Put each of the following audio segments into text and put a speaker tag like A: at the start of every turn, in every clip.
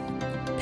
A: แถ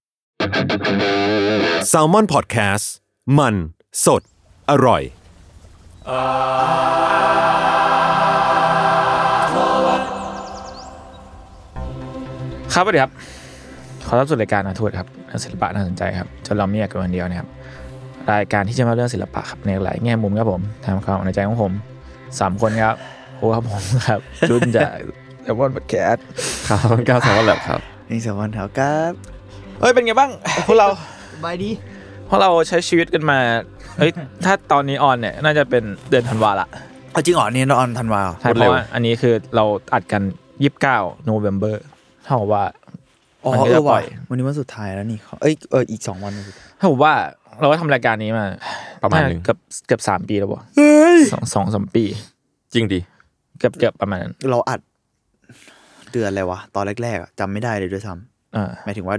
B: แซลมอนพอดแคสต์มันสดอร่อย
C: ครับสวัสดีครับ ขอต้อนรับสู่รายการอาทูตครับเรื่องศิลปะน่าสนใจครับจนเราไม่อยากเป็นคนเดียวนะครับ รายการที่จะมาเรื่องศิลปะครับในหลายแง่มุมครับผมทำความในใจของผมสามคนครับโอ้ครับผมครับรุ่นจากเดวอนบัตแคส
D: ครับก้าวสามวันแลบครับ
E: นี่สวันแถวครับ
C: เฮ้ยเป็นไงบ้างพวกเรา
E: บายดี
C: พวกเราใช้ชีวิตกันมาเฮ้ยถ้าตอนนี้ออนเนี่ยน่าจะเป็นเดือนธันวาละ
E: เอาจริงเหรอเนี่ยนอนทันวาเหรอ
C: ใช่
D: หมด
C: เพ
D: เร็ว
C: ราะว่าอันนี้คือเราอัดกันยี่สิบเก้าโนเวมเบอร์เท่ากับว่า
E: อ๋อ
C: มันก็
E: เอ
C: จะ
E: อ
C: ปล่
E: ว่ะ
C: อย
E: วันนี้วันสุดท้ายแล้วนี่เขาเอ้ยเอออีกสองวันวันสุดท้าย
C: เท่ากับว่าเราก็ทำรายการนี้มา
D: ประมาณหนึ่ง
C: เกือบเกือบสามปีแล้วบ่สองสองสามปี
D: จริงดี
C: เกือบเกือบประมาณนั้น
E: เราอัดเดือนอะไรวะ ตอนแรกๆอะจำไม่ได้เลยด้วยซ้
C: อ่า
E: ำหมายถึงว่า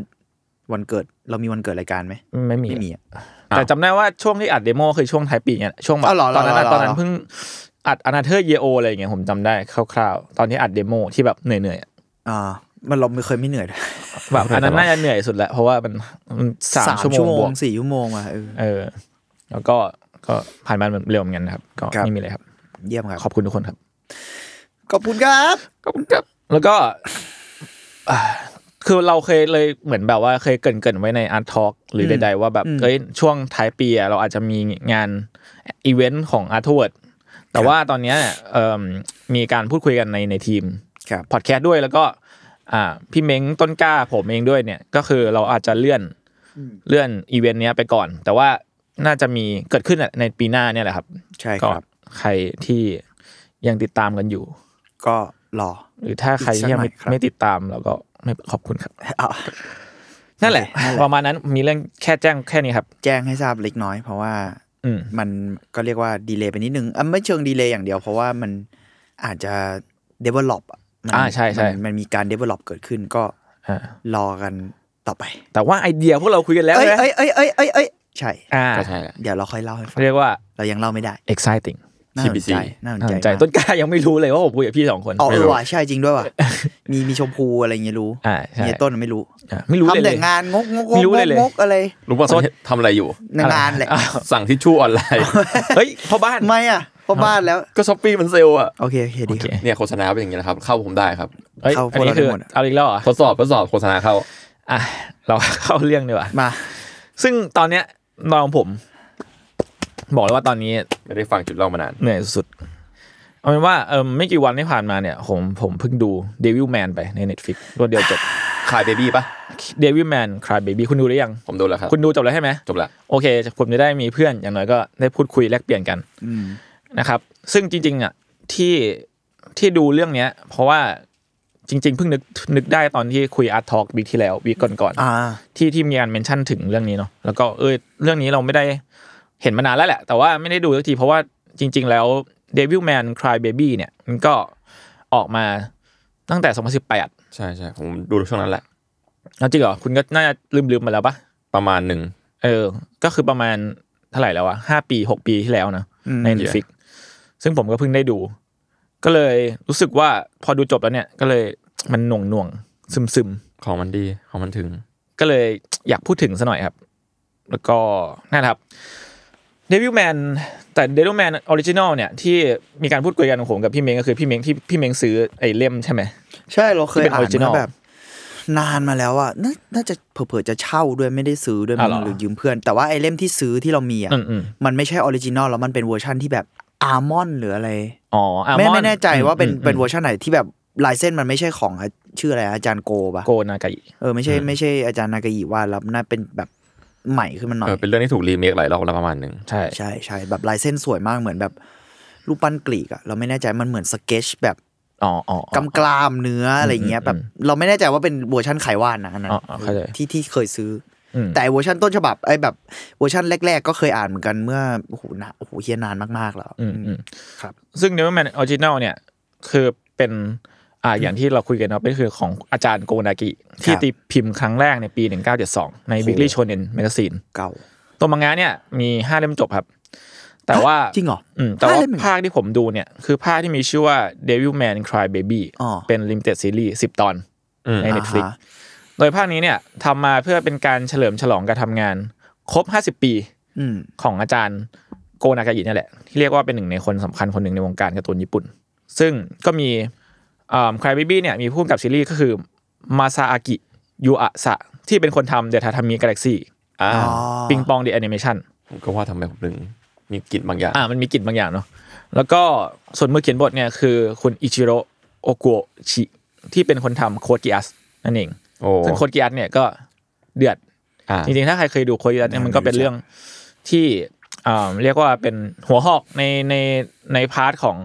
E: วันเกิดเรามีวันเกิดรายการไหม
C: ไม่มี
E: ไม่มีอะ
C: แต่จำได้ว่าช่วงที่อัดเดโมคือช่วงท้ายปีเนี่ยช่วงแบบ
E: อ้าวเหรอ
C: ตอนนั้นอะ
E: เหรอ
C: ตอนนั้น
E: เหรอ
C: เพิ่งอัดอนาเธอร์เยโออะไรอย่างเงี้ยผมจำได้คร่าวๆ ตอนที่อัดเดโมที่แบบเหนื่อยๆอะ
E: อ่า มันเราไม่เคยไม่เหนื่อยด้วย
C: แบบอันนั้นน่าจะเหนื่อยสุดแล้ว เพราะว่ามันมันสามชั่วโมงบวก
E: สี่ชั่วโมงอะเออ
C: เออ แล้วก็ก็ผ่านมาเร็วเหมือนกันนะครับ ก็
E: ครับ
C: ไม่มีอะไรครับ
E: เยี่ยมครับ
C: ขอบคุณทุกคนครับ
E: ขอบคุณครับ
C: ขอบคุณครับแล้วก็อ่าคือเราเคยเลยเหมือนแบบว่าเคยเกรินๆไว้ในอาร์ตทอล์กหรือ
E: อืม
C: ใดๆว่าแบบ
E: อืม
C: เอ้ยช่วงท้ายปีอะเราอาจจะมีงานอีเวนต์ของอาร์ทเวิร์ดแต่ว่าตอนเนี้ยเอิ่มมีการพูดคุยกันในในทีม
E: ครับ
C: พอดแคสต์ด้วยแล้วก็อ่าพี่เม้งต้นกล้าผมเองด้วยเนี่ย ก็คือเราอาจจะเลื่อนเลื่อนอีเวนต์เนี้ยไปก่อน แต่ว่าน่าจะมีเกิดขึ้นอะในปีหน้าเนี่ยแหละครับ
E: ใช่ค
C: ก็
E: รับ
C: ใครที่ยังติดตามกันอยู่
E: ก็รอ
C: หรือถ้าใครที่ยังไม่
E: อีกสักหน่อยครับ
C: ไม่ติดตามเราก็ไม่ขอบคุณครับ
E: อ่ะ
C: นั่นแหละ
E: นั่นแหละ
C: ประมาณนั้นมีเรื่องแค่แจ้งแค่นี้ครับ
E: แจ้งให้ทราบเล็กน้อยเพราะว่า
C: อืม
E: มันก็เรียกว่าดีเลย์ไปนิดนึงอ่ะไม่เชิงดีเลย์อย่างเดียว เพราะว่ามันอาจจะ develop ะมัน
C: อ่าใช่ใช่
E: มันมันมีการ develop เกิดขึ้นก็
C: อ่าร
E: อกันต่อไป
C: แต่ว่าไอเดียพวกเราคุยกันแล้ว
E: เอ้ย
C: นะ
E: เอ้ยเอ้ยเอ้ยเอ้ยเอ้ยใช่
C: อ่า
D: ก็ใช่แหละ
E: เดี๋ยวเราค่อยเล่าให้ฟัง
C: เรียกว่า
E: เรายังเล่าไม่ได้
C: exciting
E: น่าสน
D: TBC
E: ใจน่าสน
C: น่าสน
E: ใจ
C: ใจ
E: มาก
C: ต้นกล้ายังไม่รู้เลยว่าผมคุยกับพี่สองคน
E: อ๋อเออว่ะใช่จริงด้วยว่ะ มีมีชมพูอะไรอย่างเงี้ยรู้
C: อ่าใช่
E: มีไอ้ต้นไม่รู้
C: อ่ะไม่รู้เล
E: ทำ
C: ยเล
E: แต่
C: ย
E: งานงกงกง
C: ไม่
E: ก
C: รู้เลยเลย
E: งกอะไร
D: รู้ป่ะตอนนี้ทำอะไรอยู่
E: งานแหละ
D: สั่งทิชชู่ออนไลน์
C: เฮ้ยพ่อบ้าน
E: ไม่อ่ะเพราะบ้านแล้ว
D: ก็ช้อปปี้มันเซลล์อ่ะ
E: โอเคโอเคดีครับ
D: เนี่ยโฆษณาเป็นอย่างเงี้ยนะครับ เข้าผมได้ครับ
C: เฮ้ย
E: เข้า
C: อันนี้
E: พวก
C: คือ
E: เราได้หมดอะ
C: เอาอีกแล้วเหรอ
D: ทดสอบทดสอบโฆษณาเข้า
C: อ่ะเรา เข้าเรื่องดีกว่า
E: มา
C: ซึ่งตอนเนี้ยนอนของผม บอกเลยว่าตอนนี้
D: ไม่ได้ฟังจุดเล่ามานาน
C: เหนื่อยสุดๆเอาเป็นว่าเออไม่กี่วันที่ผ่านมาเนี่ย ผมผมเพิ่งดู Devil Man ไปใน Netflix รวดเดียวจบ
D: คายเบบี้ปะ
C: Devil Man Cry Baby คุณดูหรือยัง
D: ผมดูแล้วครับ
C: คุณดูจบแล้วใช่ไหม
D: จบละ
C: โอเคผมจะได้มีเพื่อนอย่างน้อยก็ได้พูดคุยแลกเปลี่ยนกันนะครับ ซึ่งจริงๆอ่ะที่ที่ดูเรื่องเนี้ย เพราะว่าจริง ๆ เพิ่งนึกนึกได้ตอนที่คุยอาร์ทอกวีที่แล้ววีก่อนก่อนๆ
E: อ่า
C: ที่ที่มีการเมนชั่นถึงเรื่องนี้เนาะแล้วก็เออเรื่องนี้เราไม่ได้เห็นมานานแล้วแหละ แต่ว่าไม่ได้ดูสักทีเพราะว่าจริง ๆ แล้ว Devil Man Cry Baby เนี่ย มันก็ออกมาตั้งแต่ 2018
D: ใช่ใช่ผมดูช่วงนั้นแหละ
C: เอาจริงเหรอคุณก็น่าจะลืมๆมาแล้วปะ
D: ประมาณหนึ่ง
C: เออ ก็คือประมาณเท่าไหร่แล้ววะห้าปีหกปีที่แล้วนะใน
D: เย
C: Netflix
D: อะ
C: ซึ่งผมก็เพิ่งได้ดู ก็เลยรู้สึกว่าพอดูจบแล้วเนี่ย ก็เลยมันหน่วงหน่วงซึมซึมๆ
D: ของมันดีของมันถึง
C: ก็เลย อยากพูดถึงซะหน่อยครับ แล้วก็นั่นแหละครับเดวิลแมนแต่เดวิลแมนออริจินอลเนี่ยที่มีการพูดคุยกันของผมกับพี่เม้งก็คือพี่เม้งที่พี่เม้งซื้อไอ้เล่มใช่ไหม
E: ใช่เราเคยอ่า
C: ที่เป็
E: น
C: น original
E: มาแบบ นานมาแล้วอ่ะนาน่าจะเผลอๆจะเช่าด้วยไม่ได้ซื้อด้วย
C: อ่ะเหรอ
E: หรือยืมเพื่อน แต่ว่าไอเล่มที่ซื้อที่เรามีอ่ะ
C: อืมอืม
E: มันไม่ใช่ออริจินอลแล้วมันเป็นเวอร์ชั่นที่แบบอาร์มอนหรืออะไร
C: อ๋อ Almond
E: ไม่ไม่แน่ใจว่าเป็น
C: อืมอืม
E: เป็นเวอร์ชันไหนที่แบบลายเส้นมันไม่ใช่ของอาชื่ออะไรอาจารย์โกปะ
C: โกนากาอิ
E: เออไม่ใช่ไม่ใช่อาจารย์นากายิวาดแล้วน่าเป็นแบบใหม่ขึ้นมาหน่อ
D: เอย อเป็นเรื่องที่ถูกรีเมคหลายรอบแล้วประมาณหนึ่ง
C: ใช่
E: ใช่ใช่แบบลายเส้นสวยมากเหมือนแบบรูปปั้นกรีกอะเราไม่แน่ใจมันเหมือนสเก็ตชแบบ
C: อ๋ออ๋ออ๋อ
E: กำกลามเนื้ออะไรเงี้ยแบบเราไม่แน่ใจว่าเป็นเวอร์ชันไขว่านนะอันนั้น
C: อ๋ออ๋อเข้าใจ
E: ที่ที่เคยซื้อ
C: อืม
E: อแต่เวอร์ชันต้นฉบับไอ้แบบเวอร์ชันแรก ๆ ก็เคยอ่านเหมือนกันเมื่อโอ้โหนะโอ้โหเฮียนานมากๆแล้ว
C: อืมอืม
E: ครับ
C: ซึ่งเดวิลแมนออริจินอลเนี่ยคือเป็นอ่าอย่างที่เราคุยกันเนาะก็คือของอาจารย์โกนากิที่
E: ครับ
C: ตีพิมพ์ครั้งแรกในปี 1972 ใน Weekly Shonen Magazine
E: เก่า
C: ตัวมังงะเนี่ยมีห้าเล่มจบครับ แต่ว่า
E: จริงเหรอ
C: อืมแต่ว่า
E: ห้าเล่มเหรอ
C: ภาคที่ผมดูเนี่ย คือภาคที่มีชื่อว่า Devil Man Cry Baby
E: อ๋อ
C: เป็น limited series 10 ตอน
D: อืม
C: ใน
E: อ่า
C: Netflix
E: ฮะ
C: โดยภาคนี้เนี่ยทำมาเพื่อเป็นการเฉลิมฉลองการทำงาน ครบ 50 ปี
E: อืม
C: ของอาจารย์โกนากายิเนี่ยแหละ ที่เรียกว่าเป็นหนึ่งในคนสำคัญคนหนึ่งในวงการการ์ตูนญี่ปุ่น ซึ่งก็มีอ่า Cry Baby เนี่ยมีผู้กำกับซีรีส์ก็คือมาซาอากิยูอะสะที่เป็นคนทำเดทาทามิกาแล็กซี่
D: อ่า
E: อ๋อ
C: ปิงปองเดอะแอนิเมชัน
D: ผมก็ว่าทำไมผมถึงมีกลิ่นบางอย่าง
C: อ่ามันมีกลิ่นบางอย่างเนาะแล้วก็ส่วนมือเขียนบทเนี่ยคือคุณอิชิโรโอโกชิที่เป็นคนทำโคดกิอัสนั่นเอง
D: โอ้
C: ซึ่งโคดกิอัสเนี่ยก็เดือด
D: อ่า
C: จริงๆ ถ้าใครเคยดูโคดกิอัสเนี่ยมันก็เป็นเรื่องที่อ่าเรียกว่าเป็นหัวหอกในในในพาร์ทของ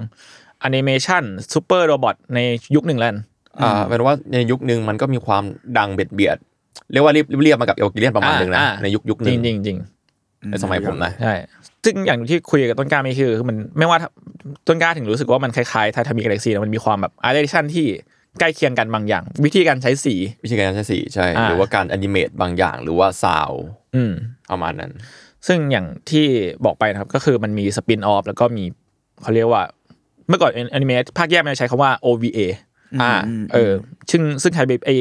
C: แอนิเมชันซูเปอร์โรบอทในยุคหนึ่งแล้วกัน
D: อ่าเป็นว่าในยุคนึงมันก็มีความดังเบียดเบียดเรียกว่าเรียบเรียบมากับเอลกิเลียนประมาณหนึ่งนะ
C: อ่า
D: ในยุคยุคหนึง
C: จริงๆจริงๆ
D: ในสมัยผมนะ
C: ใช่ ซึ่งอย่างที่คุยกับต้นกล้าไม่คือคือมันไม่ว่าต้นกล้าถึงรู้สึกว่ามันคล้ายๆไททามิกาแล็กซี่นะมันมีความแบบอาร์เรชันที่ใกล้เคียงกันบางอย่าง วิธีการใช้สี
D: วิธีการใช้สีใช่
C: อ่า
D: หรือว่าการแอนิเมตบางอย่างหรือว่าซาวด์
C: อืม
D: ประมาณนั้น
C: ซึ่งอย่างที่บอกไปนะครับ ก็คือมันมีสปินออฟแล้วก็มีเขาเรียกว่า เมื่อก่อนแอนิเมะภาคแยกมันจะใช้คำว่า OVA อ่าเออซึ่งซึ่งไคเบไอ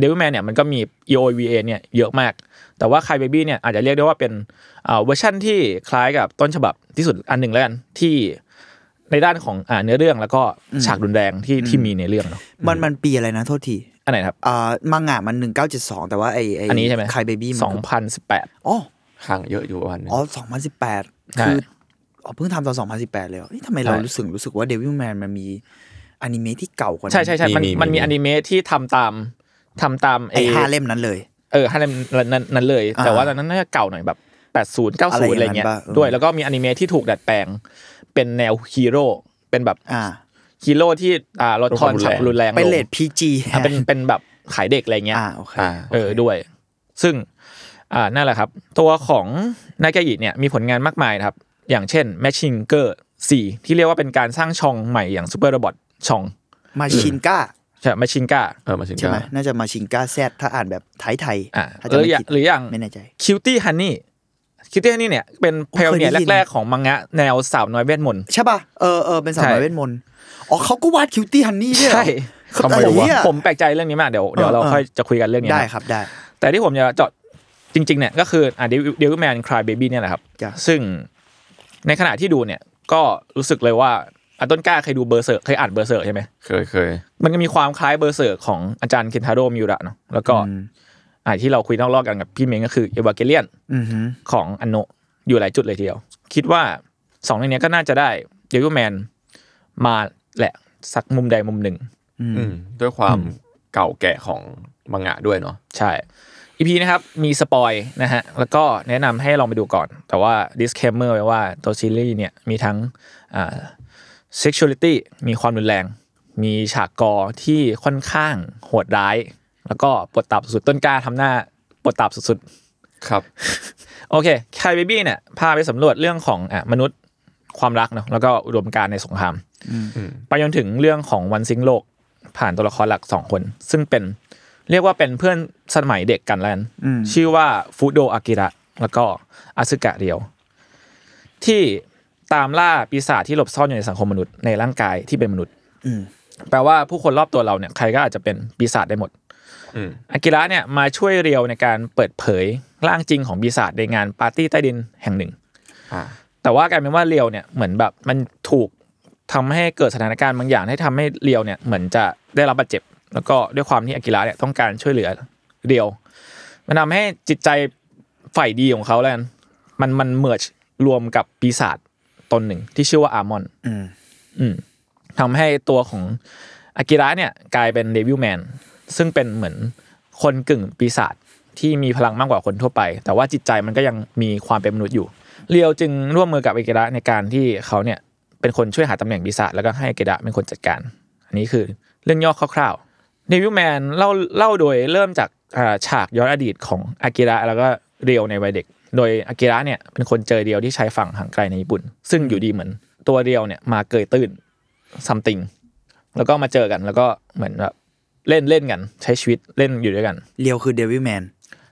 C: เดวิลแมนเนี่ยมันก็มี EOVA เนี่ยเยอะมาก แต่ว่าไคเบบี้เนี่ยอาจจะเรียกได้ว่าเป็นอ่าเวอร์ชั่นที่คล้ายกับต้นฉบับที่สุดอันหนึ่งแล้วกันที่ในด้านของอ่าเนื้อเรื่องแล้วก็ฉากรุนแรงที่ที่มีในเรื่องเนาะ
E: มันมันปีอะไรนะโทษที
C: อันไหนครับ
E: อ่ามังงะมันหนึ่งเก้าเจ็ดสองแต่ว่าไอไอ
C: อั
E: อั
C: นนี้ใช่ไหม
E: คายเบบี้
C: สองพันสิบแปด
E: อ๋อ
D: ห่างเยอะอยู่ประมาณนึง
E: อ๋อสองพันสิบแปด
C: ใช่
E: คืออ๋อเพิ่งทำตอนสองพันสิบแปดเลยเหรอเอ้ยทำไมเรา
C: ใช่
E: รู้สึกรู้สึกว่าเดวิลแมนมันมีอนิเมะที่เก่ากว่านั้น
C: ใช่ใช่ใช่มันมันมีอนิเมะที่ทำตามทำตาม
E: ไอ
C: ไอ้
E: ห้าเล่มนั้นเลย
C: เออฮันนั้นนั้นเลย
E: อ่า
C: แต่ว่าตอนนั้นน่าจะเก่าหน่อยแบบ 80 90 อะไรเงี้ย
E: อะไรอย่างนั้นปะเออ
C: ด้วยแล้วก็มีอนิเมะที่ถูกดัดแปลง เป็นแนวฮีโร่เป็นแบบ
E: อ่า
C: ฮีโร่ที่อ่าลดทอนฉากรุนแรง
E: เป็นเลด
C: ง
E: พีจี
C: อ่ะเป็นเป็นแบบขายเด็กอะไรเงี้ย
E: อ่าโอเค
D: อ่า
C: เออด้วย ซึ่งอ่านั่นแหละครับ ตัวของนายกายิเนี่ยมีผลงานมากมายนะครับ อย่างเช่น Matching g e r 4 ที่เรียกว่าเป็นการสร้างช่องใหม่อย่างซูเปอร์โรบอทช่อง
E: มาชินก้า
C: ใช่ Matching g a
D: เออมาถึง
E: ใช่ไหม
D: ก็
E: น่าจะมาชินก้าแซดถ้าอ่านแบบไทยไทยๆ
C: อ่า
E: ถ้า
C: ห
E: จะ
C: รือ
E: ไม่
C: อย่าง
E: ผิด
C: หรืออย่าง
E: ไม่แน่ใจ
C: คิวตี้ฮันนี่คิวตี้ฮันนี่เนี่ยเป็นพาย o เนีย
E: เคยได้ยิน
C: แรก ๆ ของมังงะแนวสาวน้อยเวทมนต์
E: ใช่ป่ะ เออเออเป็นสาว
C: ใช่
E: น้อยเวทมนต์อ๋อเขาก็วาดคิวตี้ฮันนี่ด้วยเหรอ
C: ใช่
E: เขา
D: ทำไม
E: อะไร
D: วะ
E: เนี่ย
C: ผมแปลกใจเรื่องนี้มากเดี๋ยวเดี๋ยว
E: เออ
C: เรา
E: เออ
C: ค่อยจะคุยกันเรื่องนี้
E: ได้
C: นะครับ
E: ได้
C: แต่ที่ผมจะเจาะจริง ๆ เนี่ยก็คืออ่ะเดวิลแมนคลายเบบี้เนี่ยแหละครับ
E: จ้ะ
C: ซึ่งในขณะที่ดูเนี่ยก็รู้สึกเลยว่าอะต้นกล้าเคยดูเบอร์เซอร์เคยอ่านเบอร์เซอร์ใช่ไหม
D: เคยเคย
C: มันก็มีความคล้ายเบอร์เซอร์ของอาจารย์เคนทาโร่มิวระเนาะแล้วก็อ่ะที่เราคุยนอกรอบกันกับพี่เมงก็คือเอวาเกเลียน
E: อือหือ
C: ของอันโนะอยู่หลายจุดเลยทีเดียว คิดว่าสองเรื่องเนี้ยก็น่าจะได้เดวิลแมนมาแหละสักมุมใดมุมหนึ่ง
D: อืมด้วยความเก่าแก่ของมังงะด้วยเนาะ
C: ใช่อีพีนะครับ มีสปอยนะฮะ แล้วก็แนะนำให้ลองไปดูก่อน แต่ว่า disclaimer ไว้ว่าตัวซีรีส์เนี่ย มีทั้งอ่า sexuality มีความรุนแรง มีฉากกอที่ค่อนข้างโหดร้าย แล้วก็ปวดตับสุดๆต้นกล้าทำหน้าปวดตับสุดๆ
D: ครับ
C: โอเคคายเบบี้เนี่ยพาไปสำรวจเรื่องของอ่ะมนุษย์ความรักเนาะแล้วก็อุดมการณ์ในสงครามไปจนถึงเรื่องของวันซิงโลก ผ่านตัวละครหลักสองคน ซึ่งเป็นเรียกว่าเป็นเพื่อนสมัยเด็กกันแล้วกันชื่อว่าฟูโดอากิระแล้วก็อาซึกะเรียว ที่ ตามล่าปีศาจที่หลบซ่อนอยู่ในสังคมมนุษย์ในร่างกายที่เป็นมนุษย์
E: อืม
C: แปลว่าผู้คนรอบตัวเราเนี่ยใครก็อาจจะเป็นปีศาจได้หมด
D: อืม
C: อากิระเนี่ยมาช่วยเรียวในการเปิดเผยร่างจริงของปีศาจในงานปาร์ตี้ใต้ดินแห่งหนึ่ง
D: อ่า
C: แต่ว่ากลายเป็นว่าเรียวเนี่ยเหมือนแบบมันถูกทำให้เกิดสถานการณ์บางอย่างให้ทำให้เรียวเนี่ยเหมือนจะได้รับบาดเจ็บ แล้วก็ด้วยความที่อากิระเนี่ยต้องการช่วยเหลือเรียว มันทำให้จิตใจฝ่ายดีของเขาแล้วกันมันมันเมิร์รวมกับปีศาจตนหนึ่งที่ชื่อว่าอามอน
E: อืม
C: อืมทำให้ตัวของอากิระเนี่ยกลายเป็นเดวิลแมนซึ่งเป็นเหมือนคนกึ่งปีศาจที่มีพลังมากกว่าคนทั่วไป แต่ว่าจิตใจมันก็ยังมีความเป็นมนุษย์อยู่ เรียวจึงร่วมมือกับอากิระในการที่เขาเนี่ยเป็นคนช่วยหาตำแหน่งปีศาจแล้วก็ให้อากิระเป็นคนจัดการ อันนี้คือเรื่องย่อคร่าวๆเดวิลแมนเล่าเล่าโดยเริ่มจากอ่าฉากย้อนอดีตของอากิระแล้วก็เรียวในวัยเด็ก โดยอากิระเนี่ยเป็นคนเจอเรียวที่ชายฝั่งห่างไกลในญี่ปุ่น ซึ่งอยู่ดีเหมือนตัวเรียวเนี่ยมาเกยตื้นซัมติงแล้วก็มาเจอกันแล้วก็เหมือนแบบเล่นเล่นกันใช้ชีวิตเล่นอยู่ด้วยกัน
E: เรียวคือเดวิลแมน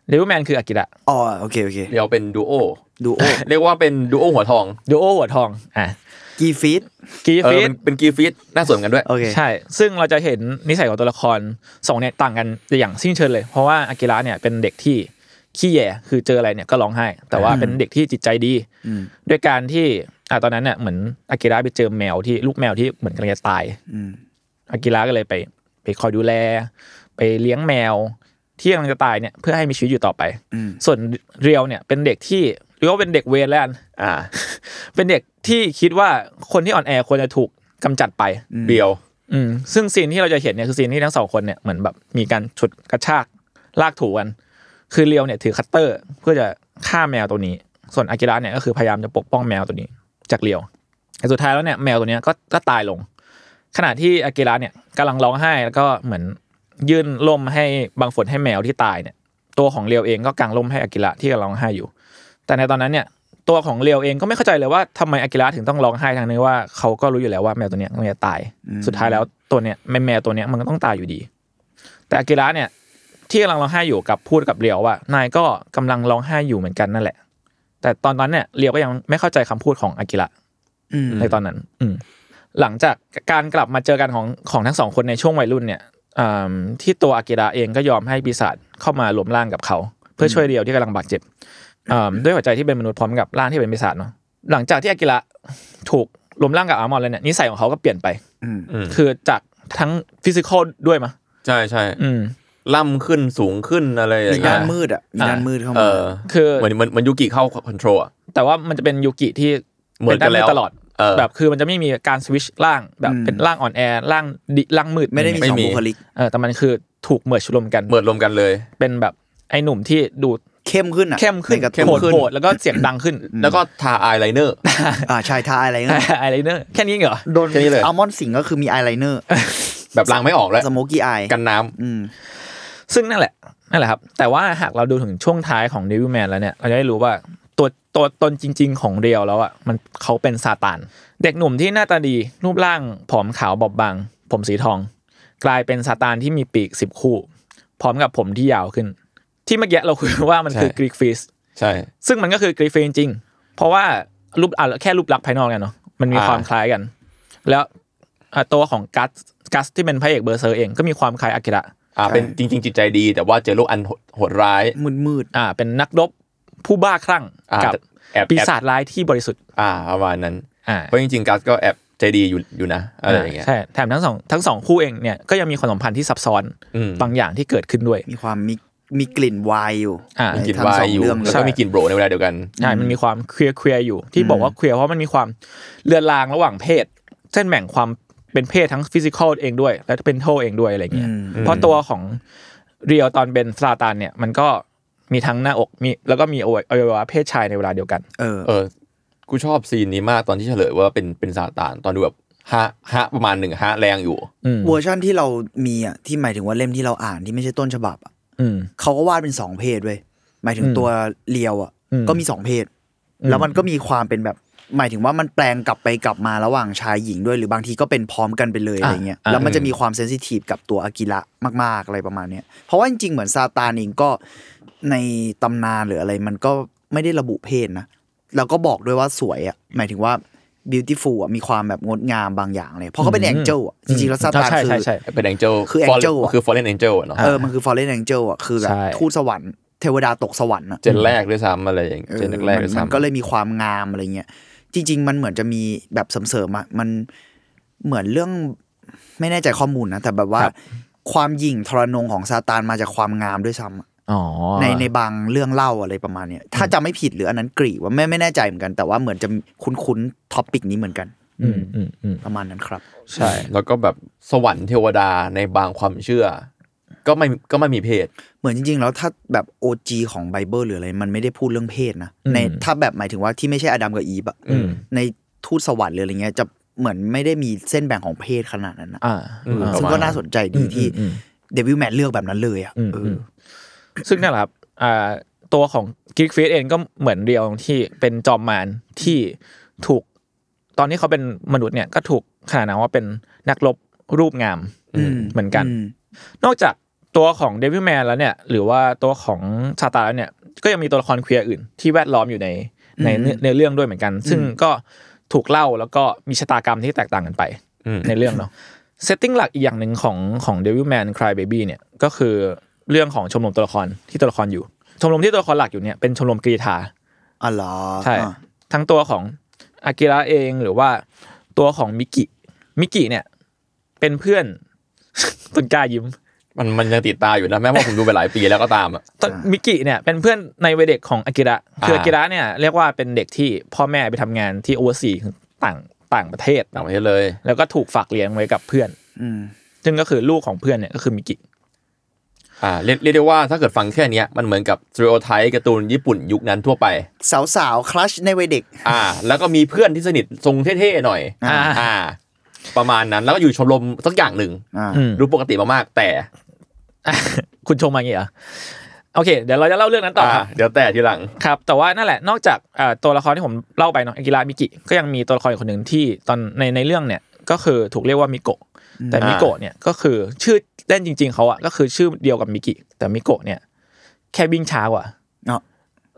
C: เดวิลแมนคืออากิระ
E: อ๋อโอเคโอเค
D: เรียวเป็นดูโอ
E: ดูโอ
D: เรียกว่าเป็นดูโอหัวทอง
C: ดูโอหัวทองอ่ะ
E: กีฟีด
C: กี
D: เออ
C: ฟิต
D: เป็นเป็นกีฟิตน่าสนกันด้วย
E: โอเค
C: ใช่ ซึ่งเราจะเห็นนิสัยของตัวละครสองเนี่ยต่างกันอย่างสิ้นเชิงเลย เพราะว่าอากิระเนี่ยเป็นเด็กที่ขี้แย่ คือเจออะไรเนี่ยก็ร้องไห้ แต่ว่าเป็นเด็กที่จิตใจดี
E: อืม
C: ด้วยการที่อ่ะตอนนั้นเนี่ยเหมือนอากิระไปเจอแมวที่ลูกแมวที่เหมือนกำลังจะตาย
E: อืม
C: อากิระก็เลยไปไปคอยดูแล ไปเลี้ยงแมวที่กำลังจะตายเนี่ยเพื่อให้มีชีวิตอยู่ต่อไป
E: อืม
C: ส่วนเรียวเนี่ยเป็นเด็กที่เรียกว่าเป็นเด็กเวรแล้วกัน
D: อ่า
C: เป็นเด็กที่คิดว่าคนที่อ่อนแอควรจะถูกกำจัดไป
D: เรียว
C: อืมซึ่งซีนที่เราจะเห็นเนี่ยคือซีนที่ทั้งสองคนเนี่ยเหมือนแบบมีการฉุดกระชากลากถูกัน คือเรียวเนี่ยถือคัตเตอร์ เพื่อจะฆ่าแมวตัวนี้ ส่วนอากิระเนี่ยก็คือพยายามจะปกป้องแมวตัวนี้ จากเรียวแต่สุดท้ายแล้วเนี่ยแมวตัวเนี้ยก็ก็ตายลง ขณะที่อากิระเนี่ยกำลังร้องไห้แล้วก็เหมือนยื่นล่มให้บางฝนให้แมวที่ตายเนี่ย ตัวของเรียวเองก็กางล่มให้อากิระที่กำลังร้องไห้อยู่ แต่ในตอนนั้นเนี่ยตัวของเรียวเองก็ไม่เข้าใจเลยว่าทำไมอากิระถึงต้องร้องไห้ทางนี้ว่าเขาก็รู้อยู่แล้วว่าแมวตัวเนี้ยมันจะตาย สุดท้ายแล้วตัวเนี้ยแมวแมวตัวเนี้ยมันก็ต้องตายอยู่ดี แต่อากิระเนี่ยที่กำลังร้องไห้อยู่กับพูดกับเรียวว่านายก็กำลังร้องไห้อยู่เหมือนกันนั่นแหละ แต่ตอนนั้นเนี่ยเรียวก็ยังไม่เข้าใจคำพูดของอากิระ
E: อืม
C: ในตอนนั้น อืมหลังจากการกลับมาเจอกันของของทั้งสองคนในช่วงวัยรุ่นเนี่ยอืมที่ตัวอากิระเองก็ยอมให้ปีศาจเข้ามารวมร่างกับเขา เพื่อช่วยเรียวที่กำลังบาดเจ็บอืมด้วยหัวใจที่เป็นมนุษย์พร้อมกับร่างที่เป็นปีศาจเนาะหลังจากที่อากิระถูกรวมร่างกับอามอนแล้วเนี่ยนิสัยของเขาก็เปลี่ยนไป
E: อืม
D: อืม
C: คือจากทั้งฟิสิกอลด้วยมั้ย
D: ใช่ใช่
C: อืม
D: ล่ำขึ้นสูงขึ้นอะไรอย่า
E: มี
D: งเงี้
E: ด้าย นมืดอ่ะมี
C: อ่า
E: ด้านมืดเข้า
D: เอ
E: มา
D: อ
C: คือ
D: เหมือนเหมือนเหมือนยูกิเข้าคอนโทรลอะ
C: แต่ว่ามันจะเป็นยูกิที่
D: เหมือนกันแล้ว
C: ป็ด้าตลอด
D: เออ
C: แบบคือมันจะไม่มีการสวิชร่างแบบเป็นร่างอ่อนแอร่างดิร่างมืด
E: ไม่ได้มีสอง
D: ไม่มี
E: บุคลิก
C: เออแต่มันคือถูกเหมือดชุลมกัน
D: เหมือนรวมกันเลย
C: เป็นแบบไอ้หนุ่มที่ดู
E: เข้มขึ้นอ่ะ
C: เข้มขึ้น
E: ในการ์ตู
D: เข้ม
C: โหด
D: ขึ้น
C: โหดแล้วก็เสียงดังขึ้น
D: แล้วก็ทาอายไลเนอร์
E: อ่าชายทาอะไรเงี้ย
C: อะไรเนอะแค่นี้เหรอ
E: โดน
D: แค่นี้เลย
E: อัลมอนด์สิงก็คือมีอายไลเนอร์
D: แบบล้างไม่ออกแล้ว
E: สโมกี้อาย
D: กันน้ำ
E: อืม
C: ซึ่งนั่นแหละนั่นแหละครับ แต่ว่าหากเราดูถึงช่วงท้ายของเดวิลแมนแล้วเนี่ย เราจะได้รู้ว่าตัวตัวตนจริง ๆ ของเรียวแล้วอ่ะมันเขาเป็นซาตาน เด็กหนุ่มที่หน้าตาดี รูปร่างผอมขาวบอบบาง ผมสีทอง กลายเป็นซาตานที่มีปีกสิบคู่ พร้อมกับผมที่ยาวขึ้น ที่เมื่อกี้เราคุยว่ามันคือกรีกฟิส
D: ใช่
C: ซึ่งมันก็คือกรีฟฟินจริงๆเพราะว่ารูปอ่ะแค่รูปลักษณ์ภายนอกเนี่ยเนาะมันมี
D: อ่า
C: ความคล้ายกัน แล้วอ่ะตัวของกัสกัสที่เป็นพระเอกเบอร์เซอร์เองก็มีความคล้ายอากิระ
D: อ่าเป็นจริง ๆ จิตใจดี แต่ว่าเจอโรคอันโหดร้าย
E: มืดมืด
C: อ่า เป็นนักรบผู้บ้าคลั่ง
D: อ่า
C: กับ
D: แอบ
C: ปี
D: แอบ
C: ศาจร้ายที่บริสุทธิ์
D: อ่าประมาณนั้น
C: อ่า
D: เพราะจริงๆกัสก็แอบใจดีอยู่อยู่นะอะไรอย่างเงี้ย
C: ใช่แถมทั้งสองทั้งสองคู่เองเนี่ยก็ยังมีความสัมพันธ์ที่ซับซ้อน
D: อืม
C: บางอย่างที่เกิดขึ้นด้วย
E: มีความมีมีกลิ่นวายอยู่
C: อ่า
E: ใน
D: มีกลิ่น
E: ทั้ง
D: วา
E: สอ
D: ย
E: ง
D: อยู่
E: เรื่องเล
D: แล้วก็มี
E: ย
D: กลิ่นโบรในเวลาเดียวกัน
C: ใช่มันมีความเคลียร์เคลียร์อยู่ ที่บอกว่าเคลียร์เพราะมันมีความเลือนลางระหว่างเพศ เส้นแบ่งความเป็นเพศทั้งฟิสิกอลเองด้วย และเป็นโทเองด้วยอะไรเงี้ย เพราะตัวของเรียวตอนเป็นฟลาตานเนี่ย มันก็มีทั้งหน้าอกมีแล้วก็มีอวัยอวัยวะเพศชายในเวลาเดียวกัน
E: เออ
D: เออ กูชอบซีนนี้มากตอนที่เฉลยว่าเป็นเป็นซาตาน ตอนดูแบบฮะฮะประมาณหนึ่งฮะแรงอยู่
C: อืม
E: เวอร์ชั่นที่เรามีอ่ะที่หมายถึงว่าเล่มที่เราอ่านที่ไม่ใช่ต้นฉบับอะ
C: อืม
E: เขาก็วาดเป็นสองเพศเว้ยหมายถึง
C: อืม
E: ตัวเลียวอ่ะ
C: อืม
E: ก็มีสองเพศ
C: อืม
E: แล้วมันก็มีความเป็นแบบ หมายถึงว่ามันแปลงกลับไปกลับมาระหว่างชายหญิงด้วยหรือบางทีก็เป็นพร้อมกันไปเลยอะไรเงี้ยแล้วมันจะมีความเซนซิทีฟกับตัวอากิระมากๆอะไรประมาณเนี้ยเพราะว่าจริงๆเหมือนซาตานเองก็ในตำนานหรืออะไรมันก็ไม่ได้ระบุเพศนะแล้วก็บอกด้วยว่าสวยอ่ะหมายถึงว่า beautiful อะมีความแบบงดงามบางอย่างเลยเพราะเขาเป็นแองเจิลจริงๆแล้วซาตาน
C: ใช่
E: คือ
C: ใช่ใช่
D: เป็นแองเจล
E: คือ Angel อะ
D: คือฟอร์เรนแองเจลเนาะ
E: เออมันคือ fallen angel อ่ะคือแบบ
C: ใช่
E: ทูตสวรรค์เทวดาตกสวรรค์อ่ะ
D: เจนแรกด้วยซ้ำอะไรอย่าง
E: เออ
D: เจนแรกๆด้วย
E: มั
D: ซ้ำ
E: นก็เลยมีความงามอะไรเงี้ยจริง ๆ มันเหมือนจะมีแบบเสริมๆอ่ะมันเหมือนเรื่องไม่แน่ใจข้อมูลนะแต่แบบว่า
C: ครับ
E: ความหยิ่งทรนงของซาตานมาจากความงามด้วยซ้ำอะ
C: อ๋อ
E: ในในบางเรื่องเล่าอะไรประมาณเนี้ยถ้าจำไม่ผิดหรืออันนั้นกรีกว่าไม่ไม่แน่ใจเหมือนกัน แต่ว่าเหมือนจะคุ้นๆท็อปิกนี้เหมือนกัน
C: อืมอืมอืม
E: ประมาณนั้นครับ
C: ใช่
D: แล้วก็แบบสวรรค์เทวดาในบางความเชื่อ ก็ไม่ก็ไม่มีเพศ
E: เหมือนจริงๆ แล้วถ้าแบบ OG ของไบเบิลหรืออะไร มันไม่ได้พูดเรื่องเพศนะในถ้าแบบหมายถึงว่าที่ไม่ใช่อดัมกับอีฟอะ
D: อืม
E: ในทูตสวรรค์หรืออะไรเงี้ยจะเหมือนไม่ได้มีเส้นแบ่งของเพศขนาดนั้นนะ
C: อ่า
D: อืม
E: ซึ่งก็น่าสนใจดีที่
C: อืมอืม
E: เดวิลแมนเลือกแบบนั้นเลยอะ
C: อืม
E: เอ
C: อื
E: อ
C: มซึ่งนั่นแหละครับอ่าตัวของกิกฟิสเองก็เหมือนเรียวตรงที่เป็นจอมมารที่ถูก ตอนนี้เขาเป็นมนุษย์เนี่ยก็ถูกขนานนามว่าเป็นนักรบรูปงามเหมือนกัน
E: อืม
C: นอกจากตัวของเดวิลแมนแล้วเนี่ย หรือว่าตัวของซาตานแล้วเนี่ย ก็ยังมีตัวละครเคลียร์อื่น ที่แวดล้อมอยู่ในในเนื้อในเรื่องด้วยเหมือนกัน ซึ่งก็ถูกเล่าแล้วก็มีชะตากรรมที่แตกต่างกันไป
D: อืม
C: ในเรื่องเนาะเซตติ้งหลักอีกอย่างหนึ่งของของ Devil Man Cry Baby เนี่ยก็คือเรื่องของชมรมตัวละครที่ตัวละครอยู่ ชมรมที่ตัวละครหลักอยู่เนี่ยเป็นชมรมกรีธา
E: อ๋อเหรอ
C: ใช่
E: อ่ะ
C: ทั้งตัวของอากิระเองหรือว่าตัวของมิกิมิกิเนี่ย เป็นเพื่อน ต้นกล้ายิ้ม
D: มันมันยังติดตาอยู่นะแม้ว่าผมดูไปหลายปีแล้วก็ตามอ่ะ
C: ต้นมิกิเนี่ยเป็นเพื่อนในวัยเด็กของอากิระคืออา อากิระเนี่ยเรียกว่าเป็นเด็กที่พ่อแม่ไปทำงานที่โอเวอร์ซีต่างต่างประเทศ
D: ต่างประเทศเลย
C: แล้วก็ถูกฝากเลี้ยงไว้กับเพื่อน
E: อืม
C: ซึ่งก็คือลูกของเพื่อนเนี่ยก็คือมิกิ
D: อ่าเรียกเรียกได้ว่าถ้าเกิดฟังแค่เนี้ยมันเหมือนกับสเตอริโอไทป์การ์ตูนญี่ปุ่นยุคนั้นทั่วไป
E: สาวสาวคลัชในวัยเด็ก
D: อ่า แล้วก็มีเพื่อนที่สนิททรงเท่ๆหน่อย
C: อ่า
D: อ่า ประมาณนั้นแล้วก็อยู่ชมรมสักอย่างหนึ่ง
E: อ่า
D: ดูปกติมากๆแต่
C: อ่ะคุณชมมาอย่างงี้เหรอโอเค เดี๋ยวเราจะเล่าเรื่องนั้นต่อครั
D: อ่า
C: บ
D: เดี๋ยวแต่ทีหลัง
C: ครับ แต่ว่านั่นแหละนอกจากเอ่อตัวละครที่ผมเล่าไปเนาะอากิระมิกิก็ยังมีตัวละครอีกคนหนึ่งที่ตอนในในเรื่องเนี่ยก็คือถูกเรียกว่ามิโกะแต่มิโกะเนี่ยก็คือชื่อเล่นจริง ๆเขาอะก็คือชื่อเดียวกับมิกิแต่มิโกะเนี่ย แค่วิ่งช้ากว่า
E: เนอะ